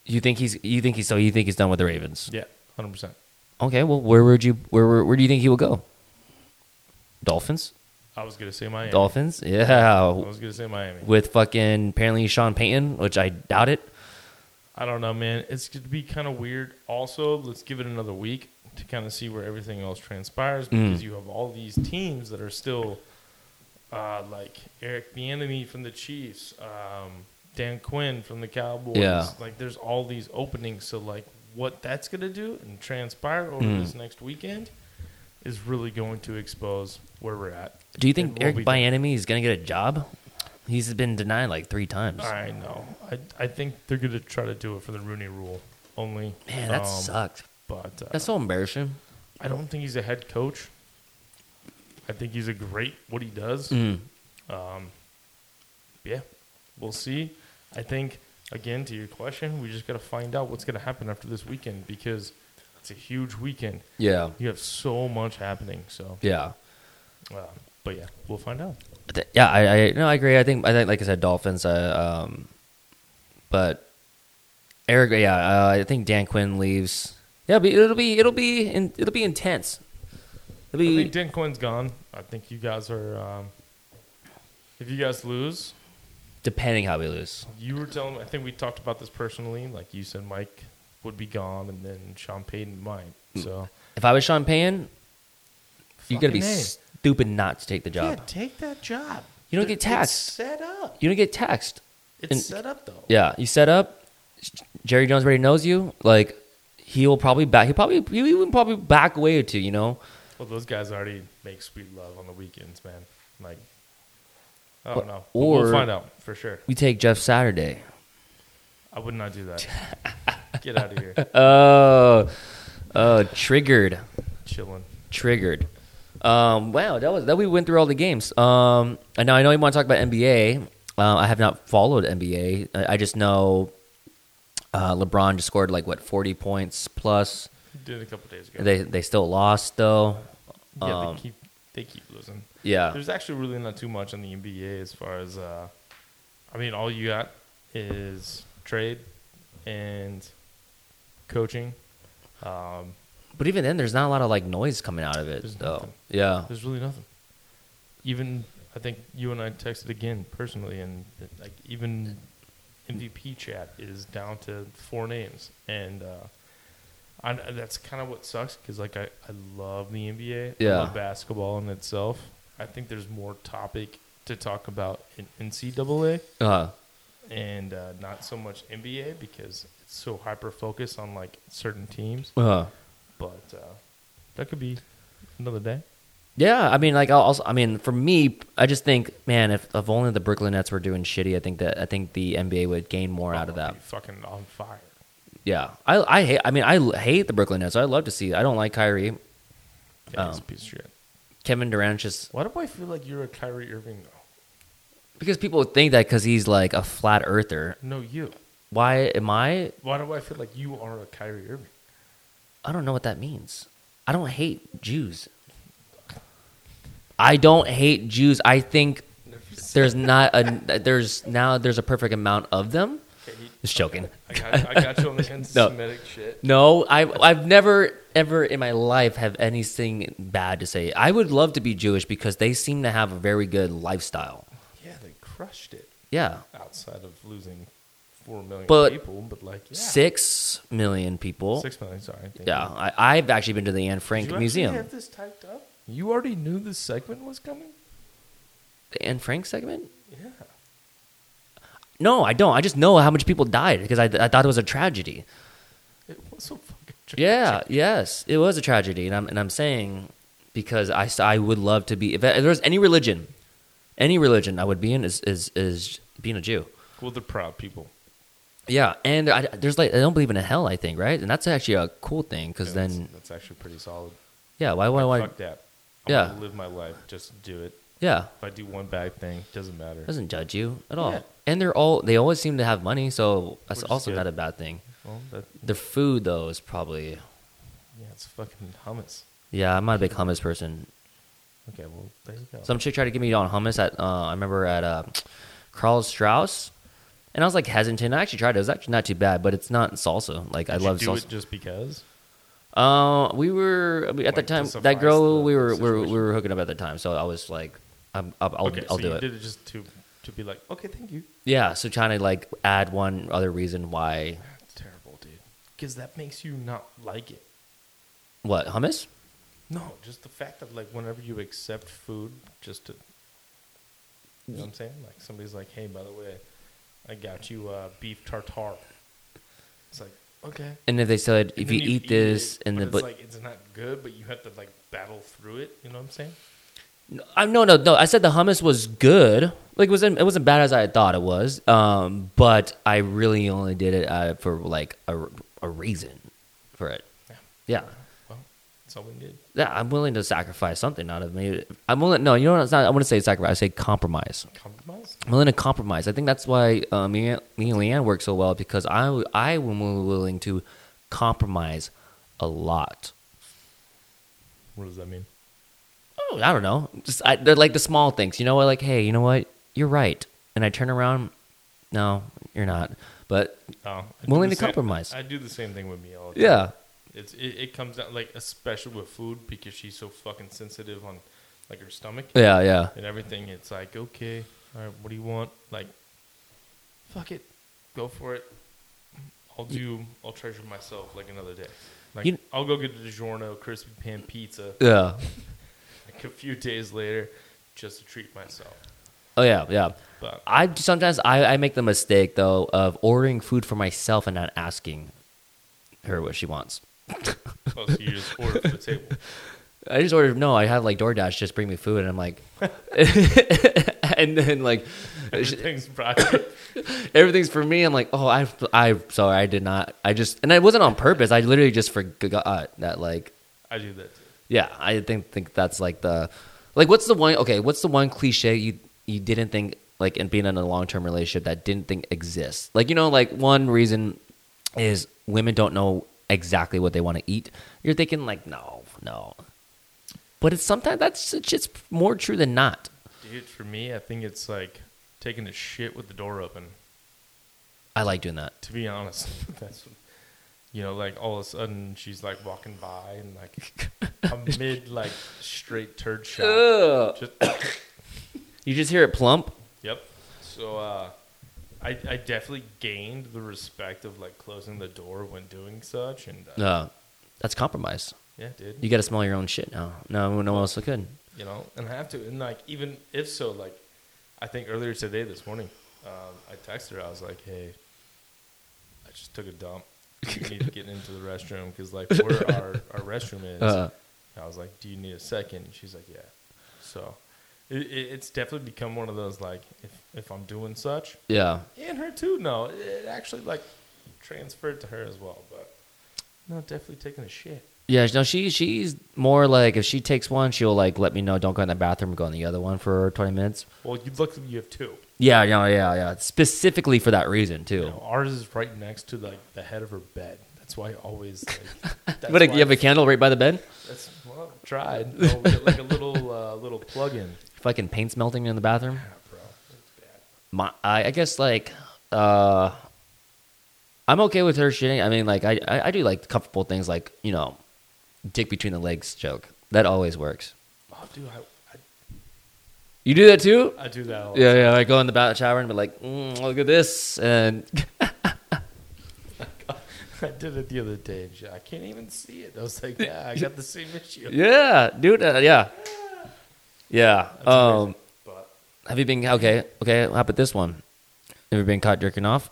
You think he's you think he's so you think he's done with the Ravens? Yeah, hundred percent. Okay, well, where would you where where, where do you think he will go? Dolphins, I was gonna say Miami. Dolphins, yeah, I was gonna say Miami. with fucking apparently Sean Payton, which I doubt it. I don't know, man. It's going to be kind of weird. Also, let's give it another week to kind of see where everything else transpires Mm. because you have all these teams that are still uh, like Eric Bieniemy from the Chiefs, um, Dan Quinn from the Cowboys. Yeah. Like, there's all these openings. So, like, what that's going to do and transpire over Mm. this next weekend is really going to expose where we're at. Do you think It will Eric be- Bieniemy is gonna get a job? He's been denied like three times. I know. I, I think they're going to try to do it for the Rooney Rule only. Man, that Um, sucked. But uh, That's so embarrassing. I don't think he's a head coach. I think he's a great what he does. Mm. Um, yeah, we'll see. I think again to your question, we just got to find out what's going to happen after this weekend because it's a huge weekend. Yeah, You have so much happening. So, yeah. uh, but yeah, we'll find out. Th- yeah, I, I no, I agree. I think I think like I said, Dolphins. Uh, um, but Eric, yeah, uh, I think Dan Quinn leaves. Yeah, it'll be it'll be it'll be, in, it'll be intense. It'll I be think Dan Quinn's gone. I think you guys are. Um, if you guys lose, depending how we lose. You were telling me, I think we talked about this personally. Like you said, Mike would be gone and then Sean Payton might. So, If I was Sean Payne, you gotta be Fucking A. stupid not to take the job. yeah, take that job. You don't get It's taxed. set up. You don't get taxed. It's And- set up, though. Yeah, you set up. Jerry Jones already knows you. Like he will probably back. He probably he would probably back away or two. You know. Well, those guys already make sweet love on the weekends, man. Like, I But- don't know. or- we'll find out for sure. You take Jeff Saturday. I would not do <laughs> that. get out of here. Oh, oh, triggered, Chilling. triggered. Um, wow, that was that. We went through all the games. Um, and now I know you want to talk about NBA. Uh, I have not followed NBA. I, I just know uh, LeBron just scored like what forty points plus. Did it a couple days ago. They they still lost though. yeah, um, they keep they keep losing. Yeah, There's actually really not too much on the NBA as far as, uh, I mean, all you got is trade and coaching. Um, but even then, there's not a lot of like noise coming out of There's it though. nothing. Yeah, there's really nothing. Even I think you and I texted again personally, and like even MVP chat is down to four names, and uh, I, that's kind of what sucks because like I, I love the NBA, I Yeah. love basketball in itself. I think there's more topic to talk about in NCAA. uh, and uh, not so much NBA because it's so hyper focused on like certain teams. uh. But uh, that could be another day. Yeah, I mean, like I'll also, I mean, for me, I just think, man, if, if only the Brooklyn Nets were doing shitty, I think that I think the NBA would gain more out of I'll that. be fucking on fire. Yeah, I, I hate, I mean, I l- hate the Brooklyn Nets. I love to see. I don't like Kyrie, Yeah, he's a Um, piece of shit. Kevin Durant, just Why do I feel like you're a Kyrie Irving though? because people think that because he's like a flat earther. No, you. Why am I? Why do I feel like you are a Kyrie Irving? I don't know what that means. I don't hate Jews. I don't hate Jews. I think there's not a there's now there's a perfect amount of them. Okay, he- Just joking. I got, I got you <laughs> on the anti-Semitic shit. No, I've I've never ever in my life have anything bad to say. I would love to be Jewish because they seem to have a very good lifestyle. Yeah, they crushed it Yeah, outside of losing four million But- people, but like yeah. six million people. six million. Sorry, thank yeah, you. I, I've actually been to the Anne Did you Frank actually Museum. Have this typed up? You already knew this segment was coming. the Anne Frank segment? Yeah. No, I don't. I just know how much people died because I, I thought it was a tragedy. It was so fucking tragic. Yeah, yes, it was a tragedy, and I'm and I'm saying because I, s- I would love to be if, if there was any religion, any religion I would be in is is is being a Jew. Well, they're proud people. Yeah, and I, there's like I don't believe in a hell. I think right, and that's actually a cool thing because Yeah, then that's, that's actually pretty solid. yeah, why would I want? Fuck that. I Yeah. wanna live my life. Just do it. Yeah, If I do one bad thing, doesn't matter. doesn't judge you at all. Yeah. And they're all they always seem to have money, so that's Which is also good. not a bad thing. Well, that, Their food though is probably yeah, it's fucking hummus. yeah. I'm not a big hummus person. Okay, well, there you go. Some chick tried to get me on hummus at uh, I remember at uh, Carl Strauss, and I was like hesitant. I actually tried it. It was actually not too bad, but it's not salsa. Like I Did you love do salsa. it just because. Uh, we were we- at that Like, time. to That suffice girl the we were, we were we situation. were hooking up at the time, so I was like, I'm, I'll I'll, okay, I'll so do you it. did it just to to be like, okay, thank you. Yeah, so trying to like add one other reason why That's terrible, dude. Because that makes you not like it. what hummus? No, just the fact that like whenever you accept food, just to, you know what I'm saying? Like somebody's like, hey, by the way, I got you uh, beef tartare. It's like okay. And if they said if then you, eat this it, and but the it's but like it's not good, but you have to like battle through it. You know what I'm saying? I no no no I said the hummus was good. Like it wasn't it wasn't bad as I had thought it was. Um, but I really only did it uh, for like a, a reason for it. Yeah. Yeah. Well, that's all we need. Yeah, I'm willing to sacrifice something out of me. I'm willing. No, you know what? It's not. I wouldn't say sacrifice. I say compromise. Compromise. I'm willing to compromise. I think that's why uh, me, and- me and Leanne work so well because I I am willing to compromise a lot. What does that mean? Oh, I don't know. Just I, they're like the small things. You know what? Like, hey, you know what? You're right. And I turn around. No, you're not. But Oh, I do Willing the to same- compromise. I do the same thing with me all the time. yeah, It's it, it comes out like especially with food because she's so fucking sensitive on like her stomach yeah, yeah. and everything. It's like okay, all right, what do you want? Like, fuck it, go for it. I'll do. I'll treasure myself like another day. Like You- I'll go get a DiGiorno crispy pan pizza Yeah. like a few days later just to treat myself. Oh yeah, yeah. But I sometimes I, I make the mistake though of ordering food for myself and not asking her what she wants. oh, so you just order for the table. I just ordered. No, I have like DoorDash just bring me food, and I'm like, <laughs> and then like Everything's brought. to you. everything's for me. I'm like, oh, I, I, sorry, I did not. I just, and it wasn't on purpose. I literally just forgot that. Like, I do that. Too. yeah, I think think that's like the, like, what's the one? Okay, what's the one cliche you you didn't think like in being in a long term relationship that didn't think exists? Like, you know, like one reason is women don't know exactly what they want to eat. You're thinking like, no, no, but it's sometimes that's it's just more true than not. Dude, for me, I think it's like taking a shit with the door open. I like doing that. To be honest, <laughs> that's you know, like all of a sudden she's like walking by and like <laughs> a mid like straight turd shot. Ugh. Just, <coughs> You just hear it plump. yep. So uh, I I definitely gained the respect of like closing the door when doing such and uh, Uh, that's compromise. yeah, dude. You got to smell your own shit now. No, no one else could. you know, and I have to. And like, even if so, like, I think earlier today, this morning, um, I texted her. I was like, "Hey, I just took a dump. You need to get into the restroom because like where our our restroom is." Uh. I was like, "Do you need a second? And she's like, "Yeah." So, it, it, it's definitely become one of those like, if if I'm doing such, Yeah, and her too. No, it, it actually like transferred to her as well, but. No, definitely taking a shit. yeah. No, she she's more like if she takes one, she'll like let me know. Don't go in the bathroom. Go in the other one for twenty minutes. Well, you look, you have two. Yeah, no, yeah, yeah. Specifically for that reason too. You know, ours is right next to like the head of her bed. That's why I always. <laughs> Like, that's but like, why you have a I- candle right by the bed. That's well I've tried. No, we got, like a <laughs> little uh, little plug-in. Fucking paint's melting in the bathroom. Yeah, bro. It's bad. My, I, I guess like, uh, I'm okay with her shitting. I mean, like, I, I, I do like comfortable things like you know, dick between the legs joke. That always works. Oh, dude, I, You do that too? I, I do that. All Yeah, yeah. I go in the bath shower and be like, mm, look at this, and <laughs> I did it the other day. and shit. I can't even see it. I <laughs> was like, yeah, I got the same issue. yeah, dude, uh, yeah, yeah. That's Um, amazing. but have you been okay? Okay, how about this one? Have you been caught jerking off?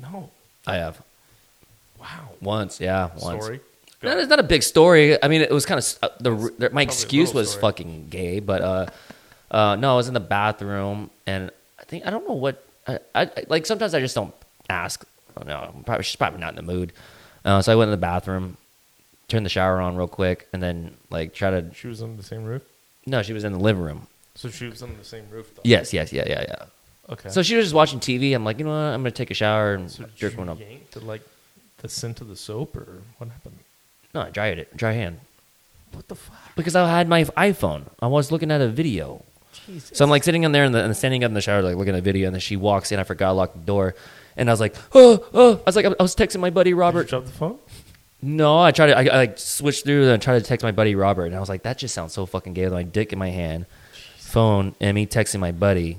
no, I have wow. once, yeah, once. Story. Go. No, it's not a big story. I mean, it was kind of uh, the, the my a excuse little was story. fucking gay, but uh, uh, no, I was in the bathroom and I think I don't know what I, I like. Sometimes I just don't ask I don't know. Probably, she's probably not in the mood. Uh, so I went in the bathroom, turned the shower on real quick, and then like try to. She was under the same roof. No, she was in the living room. So she was under the same roof. Though. Yes, yes, yeah, yeah, yeah. Okay. So she was just watching TV. I'm like, you know what? I'm gonna take a shower and So did jerk you one up. yank to like the scent of the soap or what happened? No, I dried it, dry hand, What the fuck? because I had my iPhone. I was looking at a video. Jesus. So I'm like sitting in there and, the, and standing up in the shower, like looking at a video, and then she walks in. I forgot to lock the door, and I was like, oh, oh. I was like, I was texting my buddy Did you Robert. drop the phone? No, I tried to. I, I like switched through and tried to text my buddy Robert, and I was like, that just sounds so fucking gay. With my dick in my hand, phone, and me texting my buddy,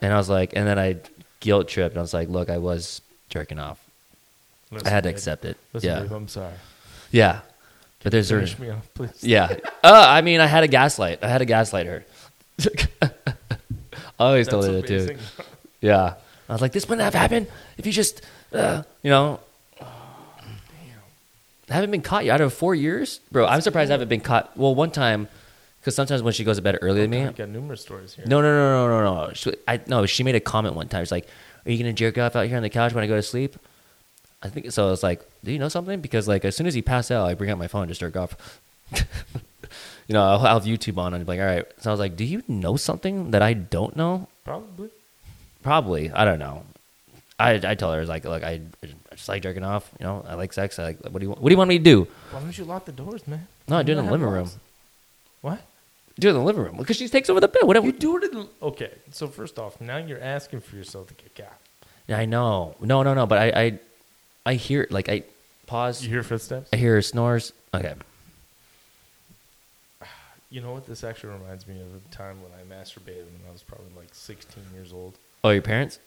and I was like, and then I guilt tripped. And I was like, look, I was jerking off. I had to Listen, babe. accept it. Listen, yeah, babe, I'm sorry. yeah. But there's a Finish me off, please. yeah. Uh, I mean, I had a gaslight. I had to gaslight her. <laughs> I always told her that too. amazing. <laughs> Yeah. I was like, this wouldn't have happened if you just, uh, you know. I haven't been caught yet out of four years, bro. I'm surprised I haven't been caught. Well, one time, because sometimes when she goes to bed early than me, We got numerous stories here. no, no, no, no, no, no. She, I no. She made a comment one time. She's like, "Are you gonna jerk off out here on the couch when I go to sleep?" I think so. I was like, "Do you know something?" Because like as soon as he passed out, I bring out my phone and just jerk off. <laughs> you know, I'll have YouTube on and be like, "All right." So I was like, "Do you know something that I don't know?" Probably. Probably. I don't know. I I tell her I was like, "Look, I, I just like jerking off. You know, I like sex. I like. What do you want? What do you want me to do?" Why don't you lock the doors, man? No, I You do it in don't the have living room. locks. What? Do it in the living room because she takes over the bed. Whatever. You do it in. Okay, so first off, now you're asking for yourself to get caught. I know. No, no, no. But I, I, I hear like I pause. You hear footsteps? I hear her snores. Okay. You know what? This actually reminds me of a time when I masturbated when I was probably like 16 years old. Oh, your parents?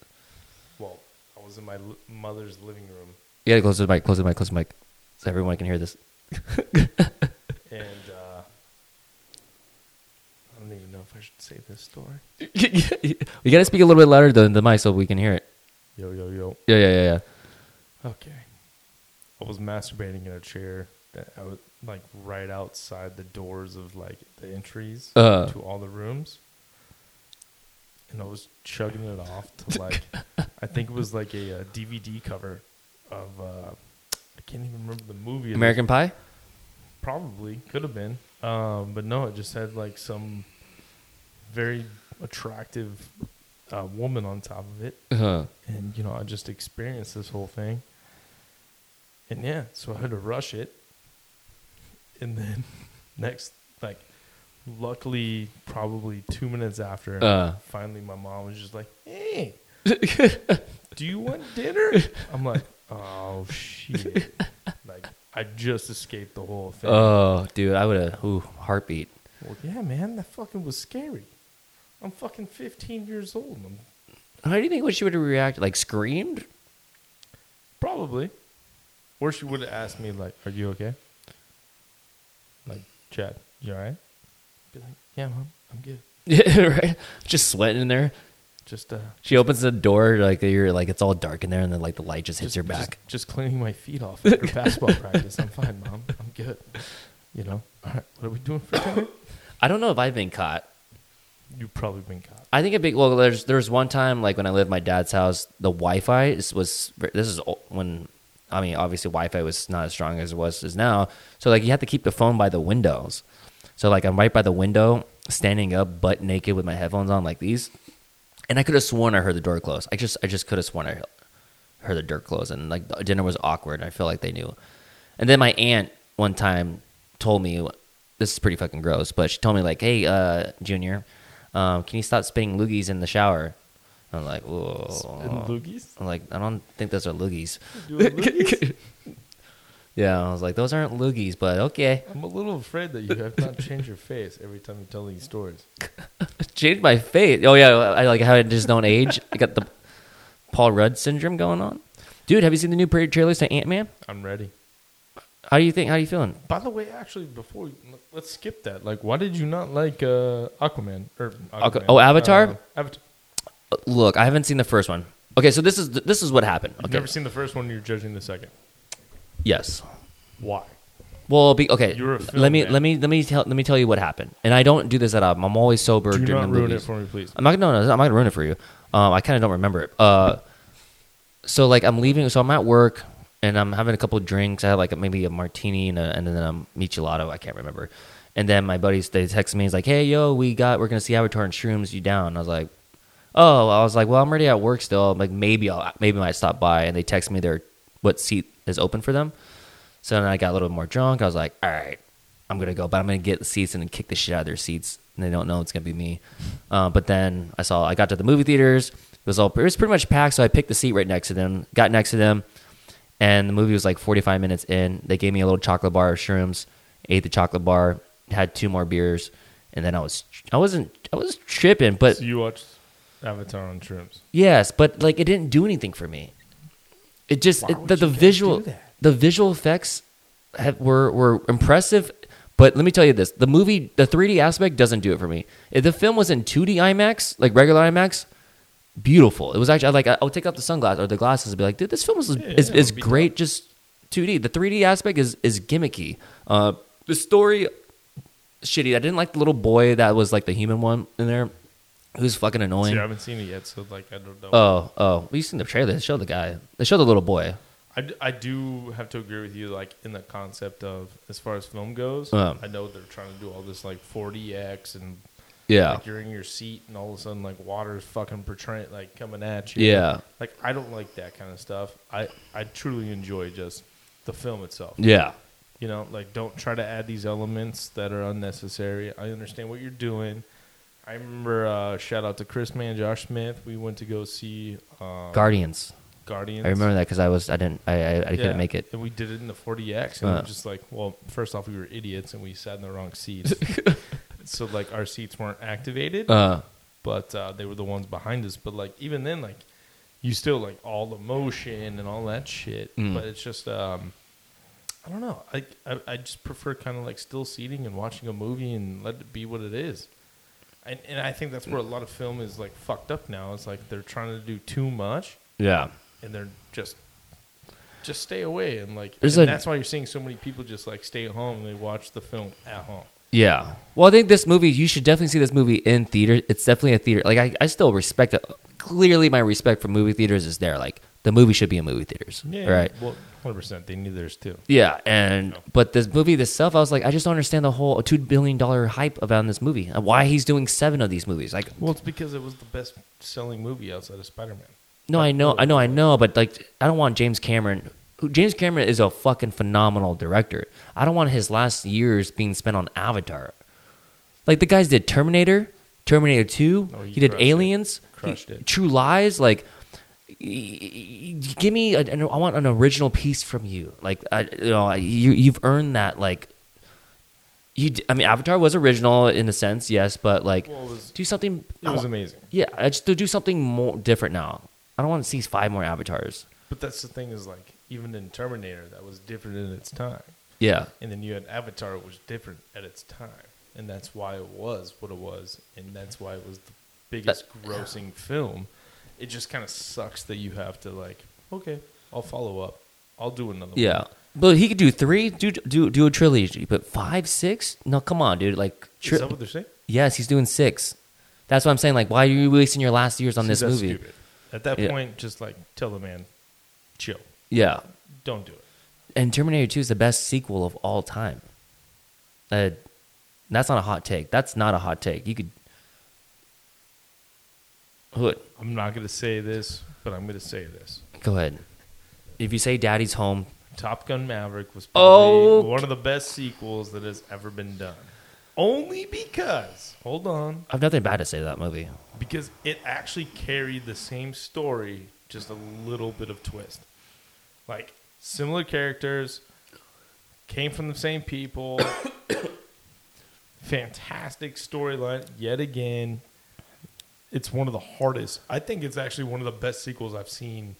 Well, I was in my li- mother's living room, You gotta close the mic. Close the mic. Close the mic. So everyone can hear this. <laughs> and uh, I don't even know if I should say this story. we gotta speak a little bit louder than the mic so we can hear it. Yo, yo, yo. Yeah, yeah, yeah, yeah. Okay. I was masturbating in a chair that I was like right outside the doors of like the entries Uh. to all the rooms. And I was chugging it off <laughs> to like, I think it was like a, uh DVD cover of, uh, I can't even remember the movie. American Pie. Probably could have been. Um, but no, it just had like some very attractive uh, woman on top of it Uh-huh. and you know I just experienced this whole thing. And yeah, so I had to rush it, and then <laughs> next, like, luckily, probably two minutes after, Uh. finally, my mom was just like, "Hey, do you want dinner?" I'm like, "Oh shit!" like, I just escaped the whole thing. Oh, dude, I would have. Ooh, heartbeat. well, yeah, man, that fucking was scary. I'm fucking 15 years old. I'm How do you think what she would have reacted? Like screamed? Probably. Or she would have asked me, like, are you okay? Like, Chad, you all right? Be like, yeah, mom, I'm good. Yeah, <laughs> right. Just sweating in there. Just, uh, She opens the door, like you're like it's all dark in there, and then like the light just hits just, your back. Just, just cleaning my feet off <laughs> after basketball practice. I'm fine, mom. I'm good. You know, all right, what are we doing for dinner? I don't know if I've been caught. You've probably been caught. I think a big well. There's there's one time like when I lived at my dad's house, the Wi-Fi is- was this is o- when I mean obviously Wi-Fi was not as strong as it was is now. So like you had to keep the phone by the windows. So like I'm right by the window, standing up, butt naked with my headphones on like these, and I could have sworn I heard the door close. I just I just could have sworn I heard the door close, and like the dinner was awkward. I feel like they knew. And then my aunt one time told me this is pretty fucking gross, but she told me like, "Hey, uh, Junior, um, can you stop spitting loogies in the shower?" I'm like, And "Whoa." loogies? I'm like, I don't think those are loogies. <laughs> Doing loogies? Yeah, I was like, those aren't loogies, but okay. <laughs> I'm a little afraid that you have not changed your face every time you tell these stories. Change my face. Oh yeah, I like how I just don't age. I got the Paul Rudd syndrome going on. Dude, have you seen the new pra- trailers to Ant Man? I'm ready. How do you think? How you feeling? By the way, actually, before let's skip that. Like, why did you not like uh, Aquaman or Aquaman, oh, Avatar? Uh, Avatar. Look, I haven't seen the first one. Okay, so this is this is what happened. You've Okay, never seen the first one. You're judging the second. yes. Why? Well, be, okay. You're a let film me man. let me let me tell let me tell you what happened. And I don't do this at all. I'm always sober Do during not the ruin movies. it for me, please. I'm not gonna. No, no, I'm not gonna ruin it for you. Um, I kind of don't remember it. Uh, so like I'm leaving, so I'm at work and I'm having a couple of drinks. I had like maybe a martini and, a, and then a michelado. I can't remember. And then my buddies they text me. He's like, "Hey, yo, we got we're gonna see Avatar and Shrooms. You down?" And I was like, "Oh, I was like, well, I'm already at work still. I'm like maybe I'll maybe I might stop by." And they text me their what seat is open for them. So then I got a little more drunk. I was like, "All right, I'm gonna go, but I'm gonna get the seats and kick the shit out of their seats." And they don't know it's gonna be me. Uh, but then I saw I got to the movie theaters. It was all it was pretty much packed, so I picked the seat right next to them. Got next to them and the movie was like 45 minutes in. They gave me a little chocolate bar of shrooms, ate the chocolate bar, had two more beers, and then I was I wasn't I was tripping, but So you watched Avatar on Trims. yes, but like it didn't do anything for me. It just it, the, the visual the visual effects have, were were impressive, but let me tell you this: the movie the 3D aspect doesn't do it for me. If the film was in 2D IMAX, like regular IMAX. Beautiful. It was actually like I I would take off the sunglasses or the glasses and be like, dude, this film is is, yeah, it is would be great. Just 2D. The 3D aspect is is gimmicky. Uh, the story shitty. I didn't like the little boy that was like the human one in there, who's fucking annoying. See, I haven't seen it yet, so like I don't know. Oh, oh, we've seen the trailer. They show the guy. They show the little boy. I, d- I do have to agree with you, like in the concept of as far as film goes. Uh. I know they're trying to do all this like 40x and Yeah. like, you're in your seat and all of a sudden like water's fucking portraying like coming at you. Yeah. like I don't like that kind of stuff. I I truly enjoy just the film itself. Yeah. You know, like don't try to add these elements that are unnecessary. I understand what you're doing. I remember uh, shout out to Chris Man, Josh Smith. We went to go see uh, Guardians. Guardians. I remember that because I was I didn't I I, I Yeah. couldn't make it. And we did it in the 40X. And Uh. I'm just like, well, first off, we were idiots and we sat in the wrong <laughs> seats. so, like, our seats weren't activated, Uh, but uh, they were the ones behind us. But, like, even then, like, you still, like, all the motion and all that shit. Mm. But it's just, um, I don't know. I, I, I just prefer kind of like still seating and watching a movie and let it be what it is. And, and I think that's where a lot of film is like fucked up now. It's like they're trying to do too much yeah. and they're just just stay away and like There's and a- that's why you're seeing so many people just like stay at home and they watch the film at home Yeah. Well, I think this movie you should definitely see this movie in theater. It's definitely a theater. Like I, I still respect it. Clearly, my respect for movie theaters is there. Like the movie should be in movie theaters. Right. well 100% they need theirs too Yeah, and but this movie itself, I was like, I just don't understand the whole two billion dollar hype around this movie. and Why he's doing seven of these movies? Like, well it's because it was the best selling movie outside of spider-man No, I know, I know, I know, but like, I don't want James Cameron. who- James Cameron is a fucking phenomenal director. I don't want his last years being spent on Avatar. Like the guys did Terminator, Terminator Two. Oh, he he did crushed it. Aliens, he- Crushed it. True Lies. Like, y- y- y- give me, a, an- I want an original piece from you. Like, I, you know, I- you you've earned that. Like, you. d- I mean, Avatar was original in a sense, yes, but like, Well, it was- do something. it was amazing Yeah, I just to do something more different now. I don't want to see five more avatars. but that's the thing is like even in terminator that was different in its time Yeah, and then you had avatar which was different at its time and that's why it was what it was and that's why it was the biggest grossing film it just kind of sucks that you have to like okay i'll follow up i'll do another yeah. one But he could do three, do do do a trilogy, but five, six? No, come on, dude. Like, tri- is that what they're saying yes, he's doing six. That's what I'm saying. Like, why are you wasting your last years on See, this that's movie? stupid. at that Yeah. point just like tell the man chill Yeah, don't do it and Terminator Two is the best sequel of all time. Uh, that's not a hot take. That's not a hot take. You could. Who? i'm not going to say this but i'm going to say this Go ahead. If you say Daddy's home, top gun maverick was Oh. probably one of the best sequels that has ever been done only because hold on I have nothing bad to say to that movie. because it actually carried the same story, just a little bit of twist. Like similar characters, came from the same people. <coughs> Fantastic storyline yet again. It's one of the hardest. I think it's actually one of the best sequels I've seen.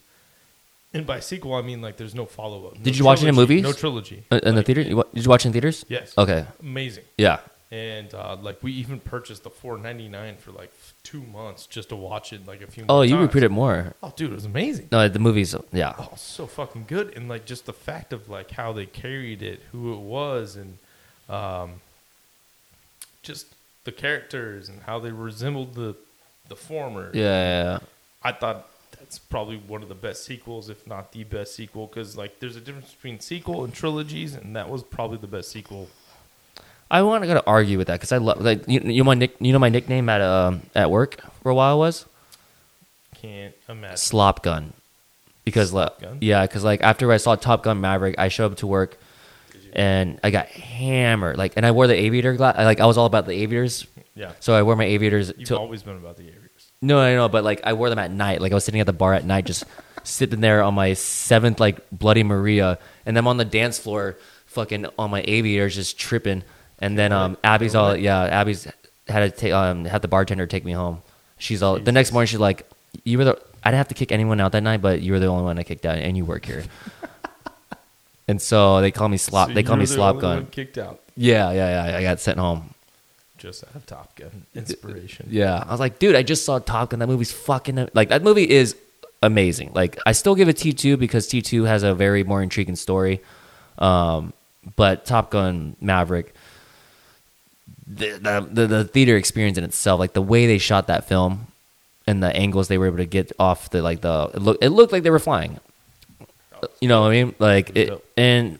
And by sequel, I mean like there's no follow up. Did you watch it in movies? No trilogy. Uh, In the Like, theater? You wa- Did you watch it in theaters? Yes. Okay. Amazing Yeah. and uh, like we even purchased the 4.99 for like f- two months just to watch it like a few. Oh, more you times. repeated more. Oh, dude, it was amazing. No, the movies. Yeah. Oh, so fucking good, and like just the fact of like how they carried it, who it was, and um, just the characters and how they resembled the the former. Yeah. yeah, yeah. I thought that's probably one of the best sequels, if not the best sequel, because like there's a difference between sequel and trilogies, and that was probably the best sequel. I want to go to argue with that because I love like you, you know my nick, you know my nickname at um, at work for a while was Can't imagine. Slop Gun because like Gun? yeah because like after I saw Top Gun Maverick I showed up to work and I got hammered like and I wore the aviator glass like I was all about the aviators Yeah, so I wore my aviators you've to always been about the Aviators. No, I know, but like I wore them at night. Like I was sitting at the bar at night, just sitting there on my seventh like Bloody Maria, and I'm on the dance floor, fucking on my aviators, just tripping. And then um, Abby's all yeah, Abby's had to take um had the bartender take me home. She's all the next morning. She's like, you were the I didn't have to kick anyone out that night, but you were the only one I kicked out, and you work <laughs> here. and so they call me slop. So they call you're me the slop only gun. one Kicked out Yeah, yeah, yeah. I got sent home. just out of Top Gun inspiration. Yeah. I was like, dude, I just saw Top Gun. That movie's fucking am- like that movie is amazing. Like I still give it T two because T two has a very more intriguing story. Um, but Top Gun Maverick, the, the the the theater experience in itself, like the way they shot that film, and the angles they were able to get off the like the it, look, it looked like they were flying. You know what I mean? Like It was it, dope. and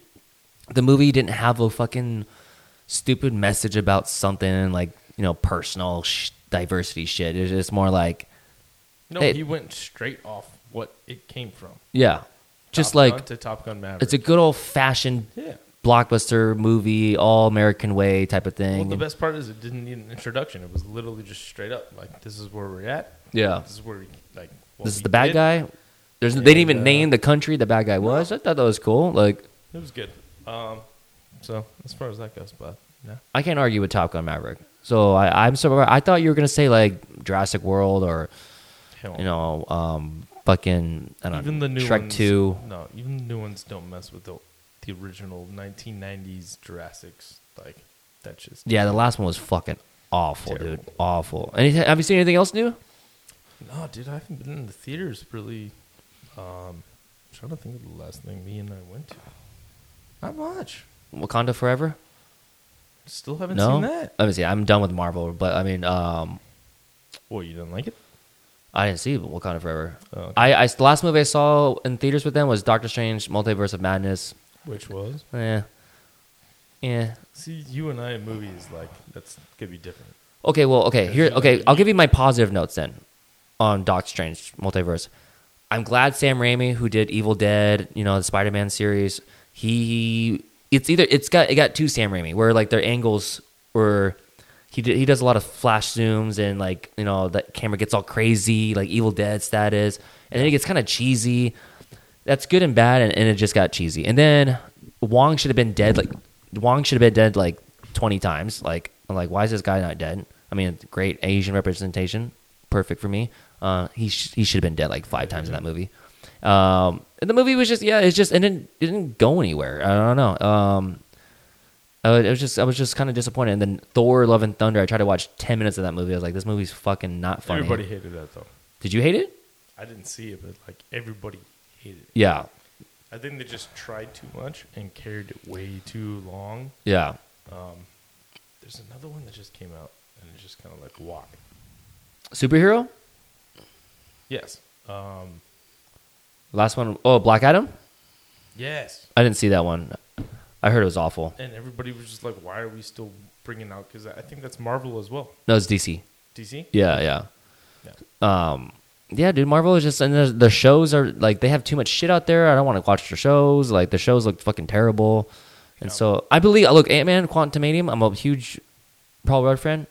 the movie didn't have a fucking stupid message about something like you know personal sh- diversity shit. It's just more like No, Hey. he went straight off what it came from. yeah, just Top like Gun to Top Gun Maverick. it's a good old fashioned yeah. blockbuster movie, all American way type of Well, thing. the best part is it didn't need an introduction. It was literally just straight up like this is where we're at. yeah, This is where we, like what this is we the bad did. guy. There's they didn't even And, uh, name the country the bad guy was. I thought that was cool. Like It was good. Um, so as far as that goes, but yeah, I can't argue with Top Gun Maverick. So I, I'm so I thought you were gonna say like Jurassic World or hell, you know um fucking I don't Oh. even know the new Shrek ones, two. No, even the new ones don't mess with the the original 1990s Jurassics. Like that's just Yeah, the last one was fucking awful, Terrible. dude. Awful. Any, have you seen anything else new? No, dude, I haven't been in the theaters really. Um, I'm trying to think of the last thing me and I went to. Not much. Wakanda Forever? Still haven't no. seen that. Let me see. I'm done with Marvel, but I mean, um, Well, you didn't like it? I didn't see Wakanda Forever. Oh, okay. I, I the last movie I saw in theaters with them was Doctor Strange: Multiverse of Madness. Which was? Yeah. Yeah. See, you and I in movies like that's gonna be different. Okay, well, okay. Here, Because, okay. like, I'll give you my positive notes then on Doctor Strange Multiverse. I'm glad Sam Raimi, who did Evil Dead, you know, the Spider-Man series, he it's either it's got it got two Sam Raimi where like their angles were he did, he does a lot of flash zooms and like you know that camera gets all crazy like Evil Dead status, and then it gets kind of cheesy. That's good and bad, and, and it just got cheesy. And then Wong should have been dead like Wong should have been dead like twenty times. Like I'm like why is this guy not dead? I mean, great Asian representation, perfect for me. Uh, he sh- he should have been dead like five times in that movie. Um, and the movie was just yeah, it's just it didn't it didn't go anywhere. I don't know. Um, uh, it was just I was just kind of disappointed. And then Thor: Love and Thunder. I tried to watch ten minutes of that movie. I was like, this movie's fucking not funny. Everybody hated that though. Did you hate it? I didn't see it, but like everybody hated it. Yeah, I think they just tried too much and carried it way too long. yeah. There's another one that just came out and it's just kind of like why? Superhero. Yes. Um, Last one oh Black Adam. yes. I didn't see that one. I heard it was awful. And everybody was just like, why are we still bringing out? Because I think that's Marvel as well. No, it's DC. DC. Yeah, yeah. Yeah. um yeah dude marvel is just and their, their shows are like they have too much shit out there i don't want to watch their shows like the shows look fucking terrible and Yeah. so i believe look ant-man quantumanium i'm a huge paul rudd fan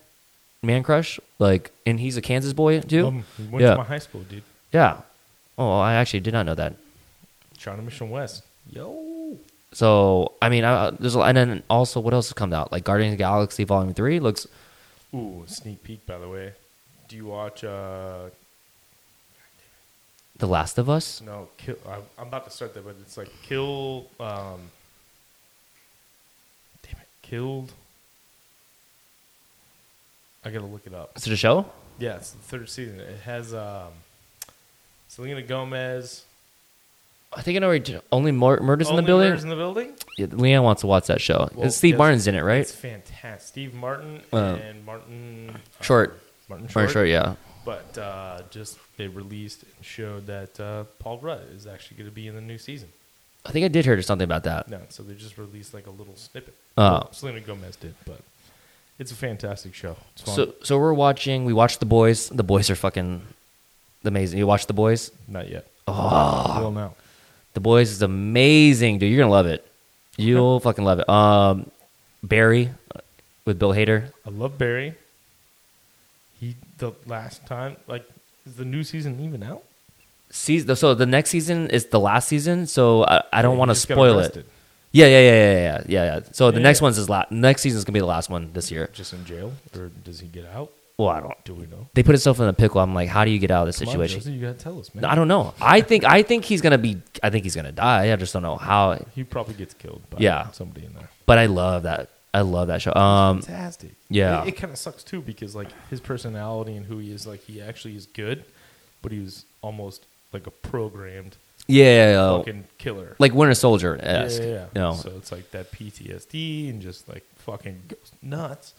man crush like and he's a kansas boy too Um, we went yeah to my high school, dude. yeah oh i actually did not know that China Mission West. Yo. so i mean I, there's a, and then also what else has come out like guardians of the galaxy volume 3 looks Ooh, sneak peek, by the way. Do you watch, uh, the last of us no, kill, I, I'm about to start that, but it's like kill, um, damn it, killed. I gotta look it up. is it a show Yeah, it's the third season. It has, um, Selena Gomez. i think i know where you- only Mur- murders in Only the building Murders in the building? yeah, leanne wants to watch that show Well, It's steve yes, martin's in it right It's fantastic. Steve Martin Uh, and Martin uh, Short. Martin Short. Martin Short, yeah. But uh, just they released and showed that uh, Paul Rudd is actually going to be in the new season. I think I did hear something about that. No, so they just released like a little snippet. Oh. Selena Gomez did, but it's a fantastic show. It's fun. So so we're watching. We watched the boys. The boys are fucking amazing. You watched the boys. Not yet. Ah. Oh. Well, now. The boys is amazing, dude. You're gonna love it. You'll fucking love it. Um, Barry uh, with Bill Hader. I love Barry. He the last time like is the new season even out? Season, so the next season is the last season. So I, I don't he want to just got spoil it. arrested. Yeah, yeah, yeah, yeah, yeah, yeah, yeah. So the Yeah, next yeah. one's is la- next season's gonna be the last one this year. Just in jail, or does he get out? Well, I don't. Do we know? They put himself in a pickle. I'm like, how do you get out of this Come on, situation? Josie, you gotta tell us, man. No, I don't know. I think I think he's gonna be. I think he's gonna die. I just don't know how. He probably gets killed by Yeah. somebody in there. But I love that. I love that show. Um, Fantastic. yeah. It, it kind of sucks too because like his personality and who he is, like he actually is good, but he was almost like a programmed yeah, yeah, yeah. fucking killer. like Winter Soldier esque. Yeah, yeah, yeah. You know? So it's like that PTSD and just like fucking goes nuts.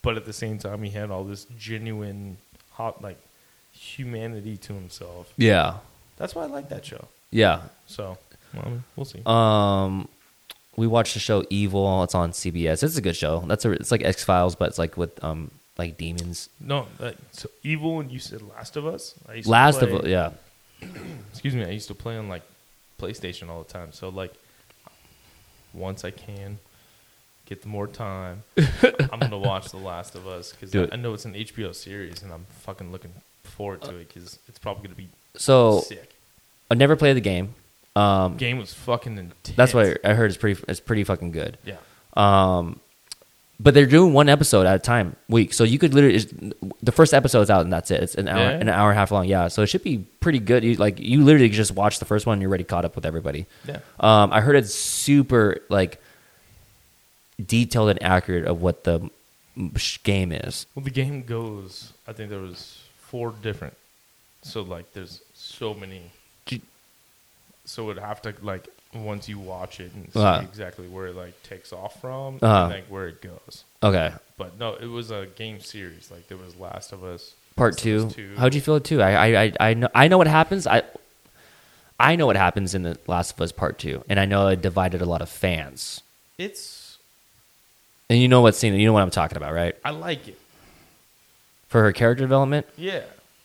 But at the same time, he had all this genuine hot like humanity to himself. yeah, That's why I like that show. yeah. So well, I mean, we'll see. Um, we watched the show Evil. It's on CBS. It's a good show. That's a. It's like X Files, but it's like with um like demons. no, like, so evil and you said Last of Us. I used to Last of play- Us. Yeah. excuse me, I used to play on like PlayStation all the time. So like, once I can get the <laughs> more time, I'm gonna watch The Last of Us because Do I, it. I know it's an HBO series and I'm fucking looking forward to it because it's probably gonna be Uh, So sick. I never played the game. Um, Game was fucking intense. that's what I I heard. It's pretty. It's pretty fucking good. Yeah, Um, but they're doing one episode at a time week, so you could literally just, the first episode's out and that's it. It's an hour, Yeah. an hour and a half long. Yeah, so it should be pretty good. You, like you literally could just watch the first one, and you're already caught up with everybody. yeah. Um, I heard it's super like detailed and accurate of what the m- sh- game is. Well, the game goes. I think there was four different. So like, there's so many. G- So it'd have to like once you watch it and see Uh-huh. exactly where it like takes off from Uh-huh. and like where it goes. Okay, But no, it was a game series. Like there was Last of Us part Last of two. Us How'd you feel it too? I, I, I, I know, I know what happens. I, I know what happens in the Last of Us Part Two, and I know it divided a lot of fans. It's And you know what scene? You know what I'm talking about, right? I like it. for her character development. Yeah,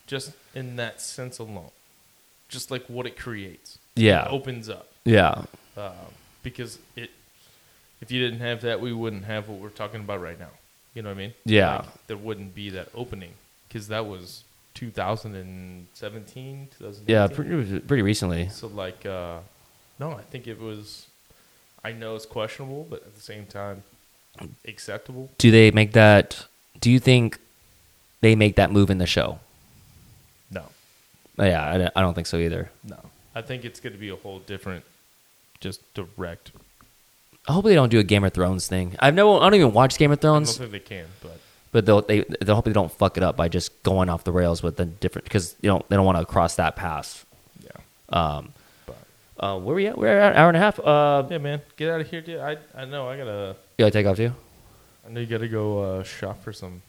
just in that sense alone, just like what it creates. Yeah. it opens up Yeah, um, because it. If you didn't have that, we wouldn't have what we're talking about right now. You know what I mean? Yeah. Like, there wouldn't be that opening because that was 2017, 2018. yeah, pretty pretty recently. So like, uh, no, I think it was. I know it's questionable, but at the same time, acceptable. Do they make that? Do you think they make that move in the show? Oh, No, Yeah, I don't- I don't think so either. no. I think it's going to be a whole different, just direct. I hope they don't do a Game of Thrones thing. I've never, I don't even watch Game of I don't Thrones, think they can, but but they'll, they they hope they don't fuck it up by just going off the rails with the different because you know they don't want to cross that path. yeah, Um, but uh, where we at? We're at an hour and a half. Uh, yeah, man, get out of here, dude. I I know I gotta. you gotta take off too. I know you gotta go uh, shop for some.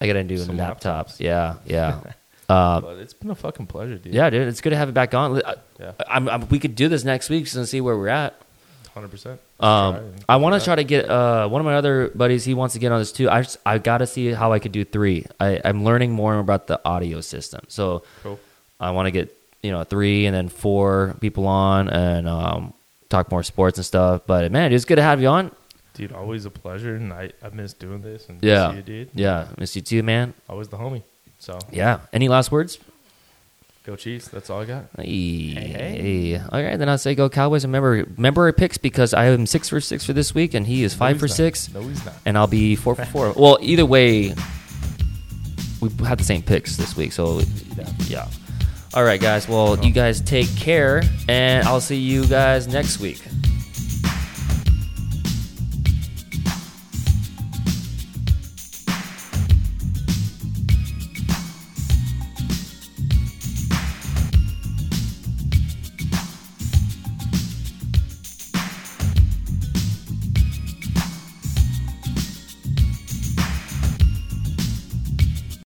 I gotta do Some laptops. laptops. Yeah, <laughs> yeah. Uh, but it's been a fucking pleasure, dude. Yeah, dude, it's good to have it back on. I, Yeah. I'm, I'm, we could do this next week and see where we're at. hundred percent. Um, I want to try to get uh, one of my other buddies. He wants to get on this too. I just, I got to see how I could do three. I, I'm learning more about the audio system, so Cool. I want to get you know three and then four people on and um, talk more sports and stuff. But man, it's good to have you on. Dude, always a pleasure, and I, I miss doing this. And Yeah, see you, dude. yeah, miss you too, man. Always the homie. So Yeah. Any last words? go Chiefs. That's all I got. Hey. hey. All right, then I'll say go Cowboys. and Remember, remember our picks because I am six for six for this week, and he is No, five he's for not. six, No, he's not. and I'll be four for four. Well, either way, we had the same picks this week, so yeah. All right, guys. Well, you guys take care, and I'll see you guys next week.